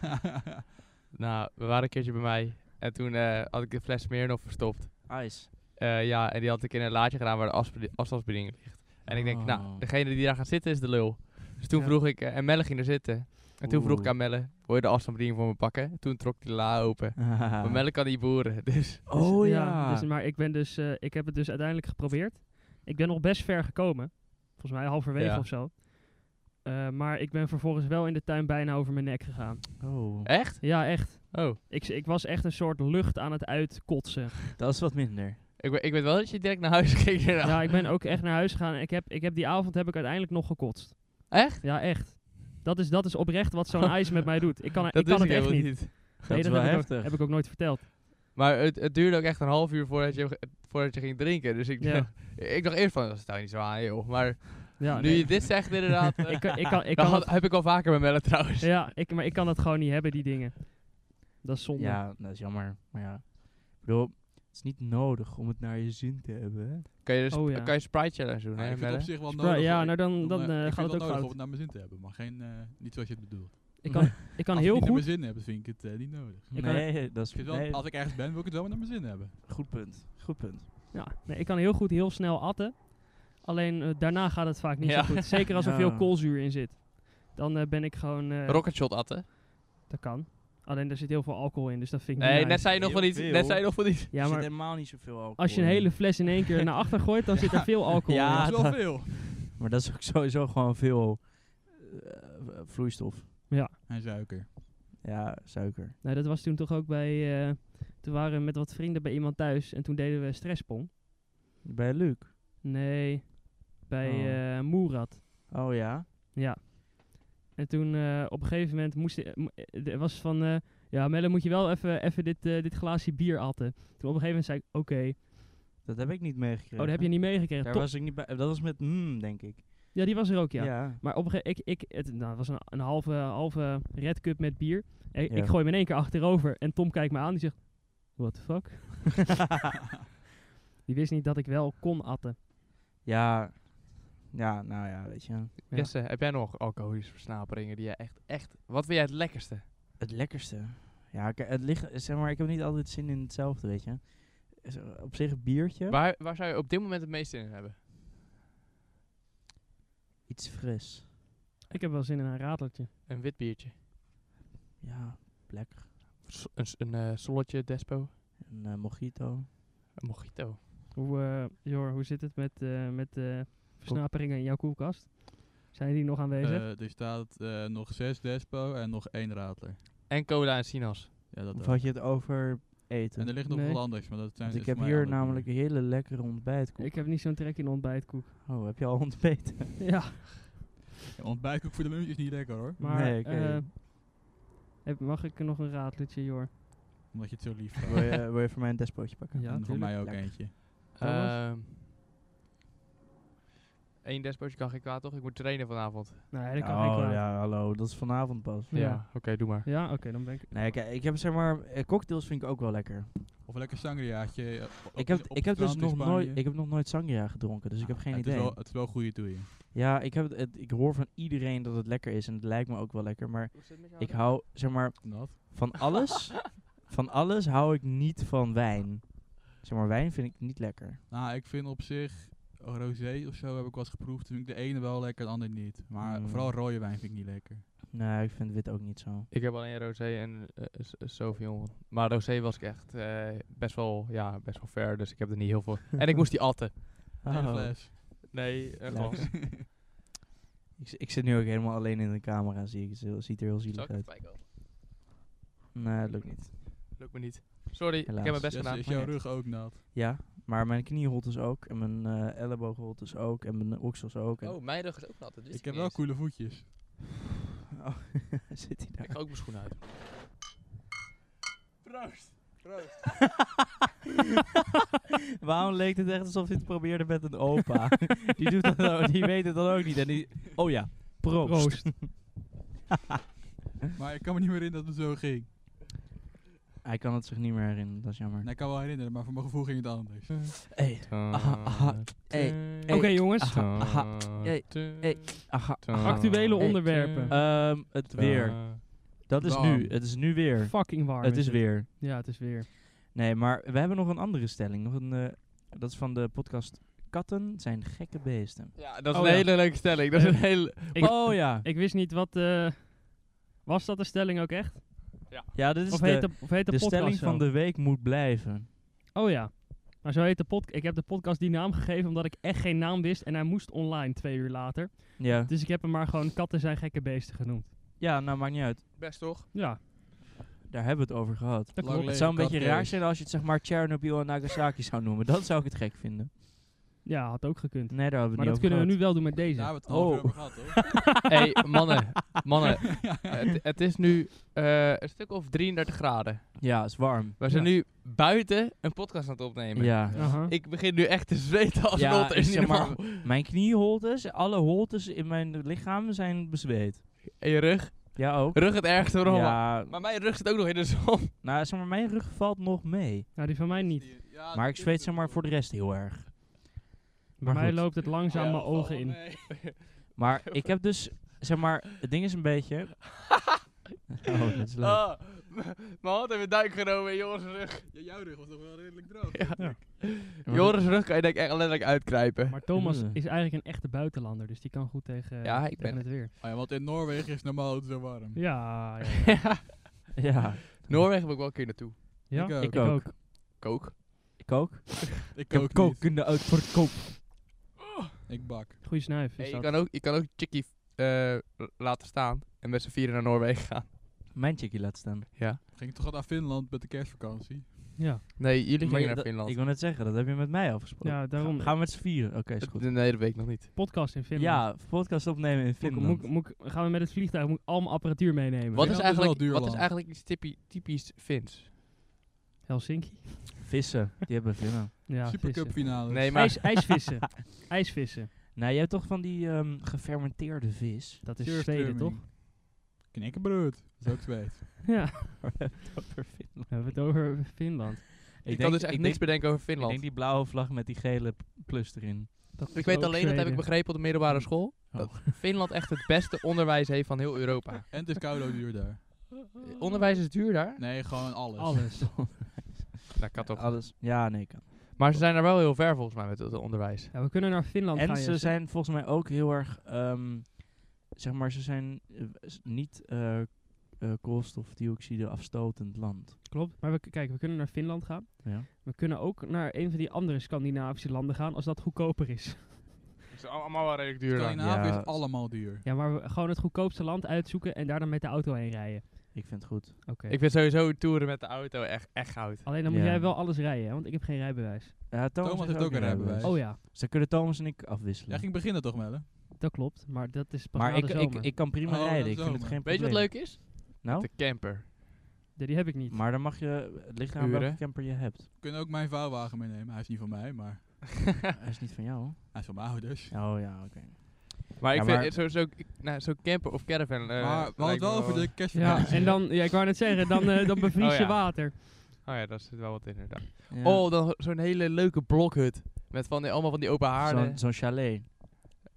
[SPEAKER 5] nou, we waren een keertje bij mij. En toen eh, had ik de fles Smirnoff verstopt.
[SPEAKER 3] Ice.
[SPEAKER 5] Eh, ja, en die had ik in een laadje gedaan waar de afspe- afstandsbediening ligt. En ik denk,
[SPEAKER 3] Oh.
[SPEAKER 5] nou, degene die daar gaat zitten is de lul. Dus toen
[SPEAKER 4] Ja.
[SPEAKER 5] vroeg ik, eh, en Melle ging er zitten. En toen vroeg ik
[SPEAKER 3] Oeh.
[SPEAKER 5] aan Melle, wil je de afstandsbediening voor me pakken? Toen trok die la open.
[SPEAKER 4] Ah.
[SPEAKER 5] Maar Melle kan niet boeren, dus...
[SPEAKER 3] oh
[SPEAKER 4] Dus,
[SPEAKER 3] ja.
[SPEAKER 4] dus, maar ik ben dus, eh, ik heb het dus uiteindelijk geprobeerd. Ik ben nog best ver gekomen. Volgens mij halverwege
[SPEAKER 5] Ja.
[SPEAKER 4] of zo. Eh, maar ik ben vervolgens wel in de tuin bijna over mijn nek gegaan.
[SPEAKER 3] oh.
[SPEAKER 5] Echt?
[SPEAKER 4] Ja, echt.
[SPEAKER 5] Oh.
[SPEAKER 4] Ik, ik was echt een soort lucht aan het uitkotsen.
[SPEAKER 3] Dat is wat minder.
[SPEAKER 5] Ik, we- ik weet wel dat je direct naar huis ging. daarna.
[SPEAKER 4] Ja, ik ben ook echt naar huis gegaan. en Ik heb, ik heb die avond heb ik uiteindelijk nog gekotst.
[SPEAKER 5] Echt?
[SPEAKER 4] Ja, echt. Dat is, dat is oprecht wat zo'n ijs met mij doet. Ik kan,
[SPEAKER 5] Dat
[SPEAKER 4] ik kan
[SPEAKER 5] wist
[SPEAKER 4] het echt
[SPEAKER 5] helemaal
[SPEAKER 4] niet.
[SPEAKER 3] Dat
[SPEAKER 4] Nee,
[SPEAKER 3] is wel
[SPEAKER 4] heb, ik
[SPEAKER 3] heftig.
[SPEAKER 4] ook, heb ik ook nooit verteld.
[SPEAKER 5] Maar het, het duurde ook echt een half uur voordat je, voordat je ging drinken. Dus ik,
[SPEAKER 4] Ja.
[SPEAKER 5] dacht- ik dacht eerst van, dat stel je niet zo aan, joh. Maar
[SPEAKER 4] Ja,
[SPEAKER 5] nu
[SPEAKER 4] nee.
[SPEAKER 5] je dit zegt inderdaad... eh,
[SPEAKER 4] ik, kan- ik kan, ik
[SPEAKER 5] dat
[SPEAKER 4] kan
[SPEAKER 5] had- heb ik al vaker bij Melle trouwens.
[SPEAKER 4] Ja, ik, maar ik kan dat gewoon niet hebben, die dingen. Dat is zonde.
[SPEAKER 3] Ja, dat is jammer. Maar ja. Ik bedoel, het is niet nodig om het naar je zin te hebben. hè?
[SPEAKER 5] Kan je, de sp-
[SPEAKER 4] Oh, ja.
[SPEAKER 5] kan je Sprite Challenge doen,
[SPEAKER 1] Nou,
[SPEAKER 5] hè
[SPEAKER 1] ik vind het
[SPEAKER 5] Melle?
[SPEAKER 1] op zich wel
[SPEAKER 4] Spra-
[SPEAKER 1] nodig.
[SPEAKER 4] ja,
[SPEAKER 1] om-
[SPEAKER 4] nou dan-
[SPEAKER 1] om,
[SPEAKER 4] dan,
[SPEAKER 1] eh,
[SPEAKER 4] eh,
[SPEAKER 1] ik
[SPEAKER 4] gaat
[SPEAKER 1] vind
[SPEAKER 4] het
[SPEAKER 1] wel
[SPEAKER 4] ook
[SPEAKER 1] nodig
[SPEAKER 4] fout.
[SPEAKER 1] om het naar mijn zin te hebben, maar geen, eh, niet zoals je het bedoelt.
[SPEAKER 4] Ik kan, ik kan heel
[SPEAKER 1] als
[SPEAKER 4] goed.
[SPEAKER 1] ik het niet naar mijn zin heb, vind ik het eh, niet nodig.
[SPEAKER 4] Ik kan-
[SPEAKER 3] Nee, dat is
[SPEAKER 1] Ik vind wel,
[SPEAKER 3] nee,
[SPEAKER 1] Als ik ergens ben, wil ik het wel naar mijn zin hebben.
[SPEAKER 3] goed punt. Goed punt.
[SPEAKER 4] Ja, nee, ik kan heel goed heel snel atten. Alleen eh, daarna gaat het vaak niet
[SPEAKER 5] Ja.
[SPEAKER 4] zo goed. Zeker als er
[SPEAKER 3] Ja.
[SPEAKER 4] veel koolzuur in zit. Dan eh, ben ik gewoon... eh,
[SPEAKER 5] Rocketshot atten.
[SPEAKER 4] dat kan. Alleen daar zit heel veel alcohol in, dus dat vind ik
[SPEAKER 5] Nee,
[SPEAKER 4] niet
[SPEAKER 5] net
[SPEAKER 4] nice.
[SPEAKER 5] zei je nog van niet.
[SPEAKER 3] Heel
[SPEAKER 5] Net
[SPEAKER 3] veel.
[SPEAKER 5] zei je nog van niet.
[SPEAKER 4] Ja,
[SPEAKER 3] zit
[SPEAKER 4] maar
[SPEAKER 3] helemaal niet zoveel alcohol
[SPEAKER 4] als je een
[SPEAKER 3] in.
[SPEAKER 4] hele fles in één keer naar achter gooit, dan zit er veel alcohol
[SPEAKER 3] Ja,
[SPEAKER 1] dat
[SPEAKER 4] in.
[SPEAKER 1] is wel
[SPEAKER 3] dat-
[SPEAKER 1] veel.
[SPEAKER 3] Maar dat is ook sowieso gewoon veel eh, vloeistof.
[SPEAKER 1] En suiker.
[SPEAKER 3] Ja, suiker.
[SPEAKER 4] Nou, dat was toen toch ook bij... eh, toen waren we met wat vrienden bij iemand thuis en toen deden we stresspong.
[SPEAKER 3] Bij Luc.
[SPEAKER 4] Nee, bij
[SPEAKER 3] Oh.
[SPEAKER 4] eh Moerad.
[SPEAKER 3] Oh ja.
[SPEAKER 4] Ja. En toen eh, op een gegeven moment moest... eh, mo- eh, Er was van... eh, ja, Melle, moet je wel even, even dit, eh, dit glaasje bier atten. Toen op een gegeven moment zei ik, oké.
[SPEAKER 3] Dat heb ik niet meegekregen.
[SPEAKER 4] Oh, dat heb je niet meegekregen.
[SPEAKER 3] Daar
[SPEAKER 4] Top.
[SPEAKER 3] was ik niet bij. Dat was met mm, denk ik.
[SPEAKER 4] Ja, die was er ook, ja.
[SPEAKER 3] ja.
[SPEAKER 4] Maar op een gegeven ik, ik, het nou, het was een, een halve, halve red cup met bier. En
[SPEAKER 3] Ja.
[SPEAKER 4] Ik gooi hem in één keer achterover en Tom kijkt me aan. Die zegt, what the fuck? die wist niet dat ik wel kon atten.
[SPEAKER 3] Ja. Ja, nou ja, weet je.
[SPEAKER 4] Ja.
[SPEAKER 5] Jesse, heb jij nog alcoholische versnaperingen die jij echt, echt... Wat vind jij het lekkerste?
[SPEAKER 3] Het lekkerste. Ja, kijk, het ligt, zeg maar, ik heb niet altijd zin in hetzelfde, weet je. Is er Op zich een biertje,
[SPEAKER 5] Waar, waar zou je op dit moment het meeste in hebben?
[SPEAKER 3] iets fris.
[SPEAKER 4] Ik heb wel zin in een radertje.
[SPEAKER 5] Een wit biertje.
[SPEAKER 3] Ja, lekker.
[SPEAKER 5] S- een s- een eh, solletje, despo.
[SPEAKER 3] Een eh, mojito.
[SPEAKER 5] Een mojito.
[SPEAKER 4] Hoe, eh, Jor, hoe zit het met, eh, met eh, versnaperingen in jouw koelkast? Zijn die nog aanwezig?
[SPEAKER 1] Eh, er staat eh, nog zes despo en nog één radler.
[SPEAKER 5] En cola en sinaas.
[SPEAKER 1] Ja, dat
[SPEAKER 3] Of
[SPEAKER 1] ook.
[SPEAKER 3] had je het over eten?
[SPEAKER 1] En er ligt nog
[SPEAKER 4] Nee.
[SPEAKER 1] wel anders, maar dat zijn
[SPEAKER 3] Want ik
[SPEAKER 1] dus
[SPEAKER 3] heb
[SPEAKER 1] voor mij
[SPEAKER 3] hier
[SPEAKER 1] andere
[SPEAKER 3] namelijk een hele lekkere ontbijtkoek.
[SPEAKER 4] ik heb niet zo'n trek in ontbijtkoek.
[SPEAKER 3] Oh, heb je al ontbeten?
[SPEAKER 4] ja,
[SPEAKER 1] dingen. Ja, ontbijtkoek voor de lunch is niet lekker hoor.
[SPEAKER 4] maar
[SPEAKER 3] Nee, oké.
[SPEAKER 4] eh, heb- mag ik nog een radertje, Jor?
[SPEAKER 1] Omdat je het zo lief
[SPEAKER 3] wil,
[SPEAKER 1] vindt.
[SPEAKER 3] je, wil je voor mij een despootje pakken?
[SPEAKER 4] Ja,
[SPEAKER 1] en voor
[SPEAKER 4] tuurlijk.
[SPEAKER 1] mij ook
[SPEAKER 3] Lekker.
[SPEAKER 1] eentje.
[SPEAKER 4] Thomas?
[SPEAKER 5] Eén Ehm, despootje kan geen kwaad, toch? Ik moet trainen vanavond.
[SPEAKER 4] Nee, dat kan geen
[SPEAKER 3] oh
[SPEAKER 4] kwaad. Ja,
[SPEAKER 3] ja, hallo, dat is vanavond pas.
[SPEAKER 4] Ja.
[SPEAKER 5] oké, doe maar.
[SPEAKER 4] oké, dan ben ik...
[SPEAKER 3] Nee, kijk, ik heb zeg maar, eh, cocktails vind ik ook wel lekker.
[SPEAKER 1] Of een lekker sangriaatje. eh, op-
[SPEAKER 3] ik heb,
[SPEAKER 1] op
[SPEAKER 3] ik
[SPEAKER 1] het
[SPEAKER 3] heb dus
[SPEAKER 1] strand in
[SPEAKER 3] nog
[SPEAKER 1] Spanje.
[SPEAKER 3] nooit, ik heb nog nooit sangria gedronken, dus ik heb geen
[SPEAKER 1] het
[SPEAKER 3] idee.
[SPEAKER 1] Is wel, het is wel goede toeien.
[SPEAKER 3] Ja, ik, heb het, het- ik hoor van iedereen dat het lekker is en het lijkt me ook wel lekker, maar ik hou, zeg maar,
[SPEAKER 1] Nat.
[SPEAKER 3] van alles, van alles hou ik niet van wijn. Zeg maar, wijn vind ik niet lekker.
[SPEAKER 1] Nou, ik vind op zich rosé of zo heb ik wel eens geproefd. Vind ik de ene wel lekker, de andere niet. Maar
[SPEAKER 3] Mm.
[SPEAKER 1] vooral rode wijn vind ik niet lekker.
[SPEAKER 3] Nee, ik vind wit ook niet zo.
[SPEAKER 5] Ik heb alleen rosé en eh, eh, s- eh, sauvignon. Maar rosé was ik echt eh, best, wel, ja, best wel ver, dus ik heb er niet heel veel... en ik moest die atten.
[SPEAKER 3] Oh.
[SPEAKER 1] Een fles.
[SPEAKER 5] Nee, een
[SPEAKER 3] Lekker.
[SPEAKER 5] glas.
[SPEAKER 3] Ik, z- ik zit nu ook helemaal alleen in de camera, zie ik. Het is heel- ziet er heel
[SPEAKER 5] Zal
[SPEAKER 3] zielig
[SPEAKER 5] ik even
[SPEAKER 3] uit.
[SPEAKER 5] bijkomen?
[SPEAKER 3] Nee, dat lukt niet.
[SPEAKER 5] Lukt me niet. Sorry, ik
[SPEAKER 3] Helaas.
[SPEAKER 5] heb mijn best
[SPEAKER 1] Jesse,
[SPEAKER 5] gedaan.
[SPEAKER 1] is
[SPEAKER 5] maar
[SPEAKER 1] jouw
[SPEAKER 5] niet.
[SPEAKER 1] rug ook nat?
[SPEAKER 3] Ja, maar mijn knieholtes ook. En mijn eh elleboogholtes ook. En mijn oksels ook. En
[SPEAKER 5] Oh, mijn rug is ook nat. dat wist
[SPEAKER 1] Ik heb
[SPEAKER 5] niet
[SPEAKER 1] wel
[SPEAKER 5] eens.
[SPEAKER 1] coole voetjes.
[SPEAKER 3] Oh, zit hij
[SPEAKER 5] Ik
[SPEAKER 3] daar?
[SPEAKER 5] ga ook mijn schoenen uit.
[SPEAKER 3] Waarom leek het echt alsof hij het probeerde met een opa? die, doet dat ook, die weet het dan ook niet. En die, oh ja, proost.
[SPEAKER 4] Proost.
[SPEAKER 1] maar ik kan me niet meer herinneren dat het zo ging.
[SPEAKER 3] Hij kan het zich niet meer herinneren, dat is jammer.
[SPEAKER 1] Nee, ik kan me wel herinneren, maar voor mijn gevoel ging het anders.
[SPEAKER 3] Hey,
[SPEAKER 5] Ah.
[SPEAKER 3] aha, aha, hey, ah,
[SPEAKER 4] Oké, jongens.
[SPEAKER 3] aha, aha, hey, hey, aha.
[SPEAKER 4] Actuele onderwerpen.
[SPEAKER 3] Ehm, het weer. Dat is nu. Het is nu weer.
[SPEAKER 4] Fucking warm.
[SPEAKER 3] Het is weer.
[SPEAKER 4] Ja, het is weer.
[SPEAKER 3] Nee, maar we hebben nog een andere stelling. Nog een, eh, dat is van de podcast Katten zijn gekke beesten.
[SPEAKER 5] Ja, dat is
[SPEAKER 4] Oh,
[SPEAKER 5] een
[SPEAKER 4] ja.
[SPEAKER 5] hele leuke stelling. Dat is
[SPEAKER 4] Eh,
[SPEAKER 5] een hele...
[SPEAKER 4] Ik-
[SPEAKER 3] oh ja.
[SPEAKER 4] Ik wist niet wat... eh, was dat de stelling ook echt?
[SPEAKER 3] ja, dit is
[SPEAKER 4] Of
[SPEAKER 3] de,
[SPEAKER 4] heet de, of heet de,
[SPEAKER 3] de
[SPEAKER 4] podcast
[SPEAKER 3] stelling
[SPEAKER 4] zo?
[SPEAKER 3] van de week moet blijven.
[SPEAKER 4] Oh ja. Maar zo heet de podcast... Ik heb de podcast die naam gegeven omdat ik echt geen naam wist. En hij moest online twee uur later.
[SPEAKER 3] Ja.
[SPEAKER 4] Dus ik heb hem maar gewoon katten zijn gekke beesten genoemd.
[SPEAKER 3] ja, nou maakt niet uit.
[SPEAKER 5] Best toch?
[SPEAKER 4] Ja,
[SPEAKER 3] Daar hebben we het over gehad.
[SPEAKER 4] dat
[SPEAKER 1] Lang
[SPEAKER 4] klopt.
[SPEAKER 1] leven
[SPEAKER 3] Het zou een beetje
[SPEAKER 1] Kat
[SPEAKER 3] raar
[SPEAKER 1] Kees.
[SPEAKER 3] zijn als je het zeg maar Chernobyl en Nagasaki zou noemen. Dan zou ik het gek vinden.
[SPEAKER 4] Ja, had ook gekund.
[SPEAKER 3] Nee, daar hebben we
[SPEAKER 4] Maar
[SPEAKER 3] het
[SPEAKER 4] dat
[SPEAKER 3] niet
[SPEAKER 4] kunnen we
[SPEAKER 3] over
[SPEAKER 4] nu wel doen met
[SPEAKER 1] Daar
[SPEAKER 4] deze.
[SPEAKER 1] hebben we het al
[SPEAKER 3] Oh.
[SPEAKER 1] over gehad, hoor.
[SPEAKER 5] Hé, hey, mannen. Mannen. het, het is nu eh, een stuk of 33 graden.
[SPEAKER 3] gehad. Ja, het is warm.
[SPEAKER 5] We zijn nu buiten een podcast aan het opnemen.
[SPEAKER 3] Ja.
[SPEAKER 4] Aha.
[SPEAKER 5] Ik begin nu echt te zweten als
[SPEAKER 3] Ja,
[SPEAKER 5] ja, rot.
[SPEAKER 3] ik
[SPEAKER 5] Is
[SPEAKER 3] zeg
[SPEAKER 5] zeg
[SPEAKER 3] maar- Mijn knieholtes, alle holtes in mijn lichaam zijn bezweet.
[SPEAKER 5] En je rug?
[SPEAKER 3] Ja, ook.
[SPEAKER 5] Rug het ergste waarom.
[SPEAKER 3] Ja,
[SPEAKER 5] Maar mijn rug zit ook nog in de zon.
[SPEAKER 3] nou, zeg maar, mijn rug valt nog mee.
[SPEAKER 4] Nou, die van mij niet.
[SPEAKER 1] Ja,
[SPEAKER 3] Maar ik zweet zeg maar voor de rest heel erg.
[SPEAKER 4] Bij
[SPEAKER 3] Maar
[SPEAKER 4] mij
[SPEAKER 3] goed.
[SPEAKER 4] loopt het langzaam mijn
[SPEAKER 5] Oh,
[SPEAKER 4] ogen in.
[SPEAKER 3] Maar ik heb dus, zeg maar, het ding is een beetje... Oh, dat is leuk.
[SPEAKER 5] Ah, mijn hand heeft een duik genomen in Joris' rug.
[SPEAKER 1] Ja, jouw rug was nog wel redelijk droog.
[SPEAKER 3] Maar
[SPEAKER 5] Joris' rug kan je denk ik echt letterlijk uitkrijpen.
[SPEAKER 4] Maar Thomas
[SPEAKER 3] Ja.
[SPEAKER 4] is eigenlijk een echte buitenlander. Dus die kan goed tegen,
[SPEAKER 5] Ja, ik
[SPEAKER 4] tegen
[SPEAKER 5] ben-
[SPEAKER 4] het weer.
[SPEAKER 1] Oh ja, want in Noorwegen is normaal het zo warm.
[SPEAKER 4] Ja, ja.
[SPEAKER 3] Ja,
[SPEAKER 5] Noorwegen wil ik wel een keer naartoe.
[SPEAKER 4] Ja,
[SPEAKER 1] Ik ook.
[SPEAKER 3] Ik ook.
[SPEAKER 5] Kook.
[SPEAKER 3] ik ook.
[SPEAKER 1] Ik
[SPEAKER 3] Ik heb
[SPEAKER 1] kook niet.
[SPEAKER 3] kokende uitverkoop.
[SPEAKER 1] Ik bak.
[SPEAKER 4] Goeie snuif.
[SPEAKER 5] Hey,
[SPEAKER 4] Is
[SPEAKER 5] je,
[SPEAKER 4] dat.
[SPEAKER 5] kan ook, je kan ook Chickie eh, laten staan en met z'n vieren naar Noorwegen gaan.
[SPEAKER 3] Mijn chickie laat staan.
[SPEAKER 5] Ja.
[SPEAKER 1] Ging ik toch al naar Finland met de kerstvakantie?
[SPEAKER 4] Ja,
[SPEAKER 5] Nee, jullie
[SPEAKER 3] Maar
[SPEAKER 5] gingen
[SPEAKER 3] je-
[SPEAKER 5] naar
[SPEAKER 3] dat-
[SPEAKER 5] Finland.
[SPEAKER 3] Ik wil net zeggen, dat heb je met mij afgesproken.
[SPEAKER 4] ja daarom.
[SPEAKER 3] Ga- gaan we met z'n vieren? Oké, is goed.
[SPEAKER 5] Nee, dat weet ik nog niet.
[SPEAKER 4] podcast in Finland.
[SPEAKER 3] Ja, podcast opnemen in
[SPEAKER 4] Moet ik-
[SPEAKER 3] Finland.
[SPEAKER 4] moet ik- moet ik- gaan we met het vliegtuig? Moet ik al mijn apparatuur meenemen?
[SPEAKER 5] Wat
[SPEAKER 1] Finland
[SPEAKER 5] is
[SPEAKER 1] is
[SPEAKER 5] eigenlijk,
[SPEAKER 1] wel duur
[SPEAKER 5] wat is
[SPEAKER 1] land.
[SPEAKER 5] eigenlijk iets typi- typisch Fins?
[SPEAKER 4] Helsinki?
[SPEAKER 3] Vissen, die hebben vinnen.
[SPEAKER 4] Ja,
[SPEAKER 1] Supercup
[SPEAKER 4] vissen.
[SPEAKER 1] finale.
[SPEAKER 5] Nee, maar
[SPEAKER 4] IJs, ijsvissen. ijsvissen.
[SPEAKER 3] Nou, je hebt toch van die ehm, gefermenteerde vis?
[SPEAKER 4] Dat is Zweden, toch?
[SPEAKER 1] Knikkenbrood. Dat is ook Zweeds.
[SPEAKER 4] Ja,
[SPEAKER 3] Over Finland.
[SPEAKER 4] we hebben het over Finland.
[SPEAKER 5] ik, kan dus echt
[SPEAKER 3] ik
[SPEAKER 5] niks
[SPEAKER 3] denk,
[SPEAKER 5] bedenken over
[SPEAKER 3] ik
[SPEAKER 5] Finland.
[SPEAKER 3] denk die blauwe vlag met die gele p- plus erin.
[SPEAKER 4] Dat
[SPEAKER 5] Ik weet alleen, dat heb ik begrepen op de middelbare school,
[SPEAKER 3] Oh.
[SPEAKER 5] dat Finland echt het beste onderwijs heeft van heel Europa.
[SPEAKER 1] En het is koud ook duur daar.
[SPEAKER 5] Eh, Onderwijs is duur daar.
[SPEAKER 1] Nee, gewoon alles.
[SPEAKER 4] Alles.
[SPEAKER 5] Dat kan toch.
[SPEAKER 3] Alles. Ja, nee, kan.
[SPEAKER 5] Maar ze zijn daar wel heel ver volgens mij met het onderwijs.
[SPEAKER 4] Ja, we kunnen naar Finland gaan.
[SPEAKER 3] En ze
[SPEAKER 4] Jesse.
[SPEAKER 3] zijn volgens mij ook heel erg, ehm, zeg maar, ze zijn eh, s- niet eh, eh, koolstofdioxide afstotend land.
[SPEAKER 4] Klopt. Maar we, k- kijk, we kunnen naar Finland gaan.
[SPEAKER 3] Ja.
[SPEAKER 4] We kunnen ook naar een van die andere Scandinavische landen gaan als dat goedkoper is.
[SPEAKER 5] Het is allemaal wel redelijk duur
[SPEAKER 1] Scandinavië
[SPEAKER 3] Ja.
[SPEAKER 1] is allemaal duur.
[SPEAKER 4] Ja, maar we- gewoon het goedkoopste land uitzoeken en daar dan met de auto heen rijden.
[SPEAKER 3] Ik vind het goed.
[SPEAKER 4] Oké.
[SPEAKER 5] Ik vind sowieso toeren met de auto echt, echt goud.
[SPEAKER 4] Alleen dan moet
[SPEAKER 3] Ja.
[SPEAKER 4] jij wel alles rijden, hè, want ik heb geen rijbewijs.
[SPEAKER 3] Ja, Thomas,
[SPEAKER 1] Thomas heeft ook een rijbewijs.
[SPEAKER 4] Oh ja,
[SPEAKER 3] Dus dan kunnen Thomas en ik afwisselen.
[SPEAKER 1] Jij ging beginnen toch, Melle?
[SPEAKER 4] dat klopt. Maar dat is pas
[SPEAKER 3] maar
[SPEAKER 4] na
[SPEAKER 3] ik,
[SPEAKER 4] de
[SPEAKER 3] ik,
[SPEAKER 4] zomer.
[SPEAKER 3] ik kan prima
[SPEAKER 1] Oh, na de
[SPEAKER 3] rijden. Ik vind het
[SPEAKER 1] zomer.
[SPEAKER 3] geen
[SPEAKER 5] Weet
[SPEAKER 3] probleem.
[SPEAKER 5] je wat leuk is?
[SPEAKER 3] Nou,
[SPEAKER 5] De camper.
[SPEAKER 4] Ja, die heb ik niet.
[SPEAKER 3] maar dan mag je... Het ligt aan welke
[SPEAKER 5] Huren.
[SPEAKER 3] camper je hebt.
[SPEAKER 1] We kunnen ook mijn vouwwagen meenemen. Hij is niet van mij, maar
[SPEAKER 3] Hij is niet van jou.
[SPEAKER 1] hij is van mijn ouders.
[SPEAKER 3] Oh ja, oké.
[SPEAKER 5] Maar ik
[SPEAKER 3] Ja,
[SPEAKER 5] vind
[SPEAKER 3] maar-
[SPEAKER 5] eh, sowieso, ik- nou, zo'n camper of caravan. eh,
[SPEAKER 1] maar we hadden het
[SPEAKER 5] lijkt me
[SPEAKER 1] wel over de
[SPEAKER 4] Ja,
[SPEAKER 1] kerstvakantie.
[SPEAKER 4] en dan, ja, ik wou net zeggen, dan, eh, dan bevries
[SPEAKER 5] Oh
[SPEAKER 4] je
[SPEAKER 5] ja.
[SPEAKER 4] water.
[SPEAKER 5] Oh ja, daar zit wel wat in inderdaad.
[SPEAKER 3] Ja.
[SPEAKER 5] Oh, dan zo'n hele leuke blokhut. Met van die, allemaal van die open haarden.
[SPEAKER 3] Zo'n zo'n chalet.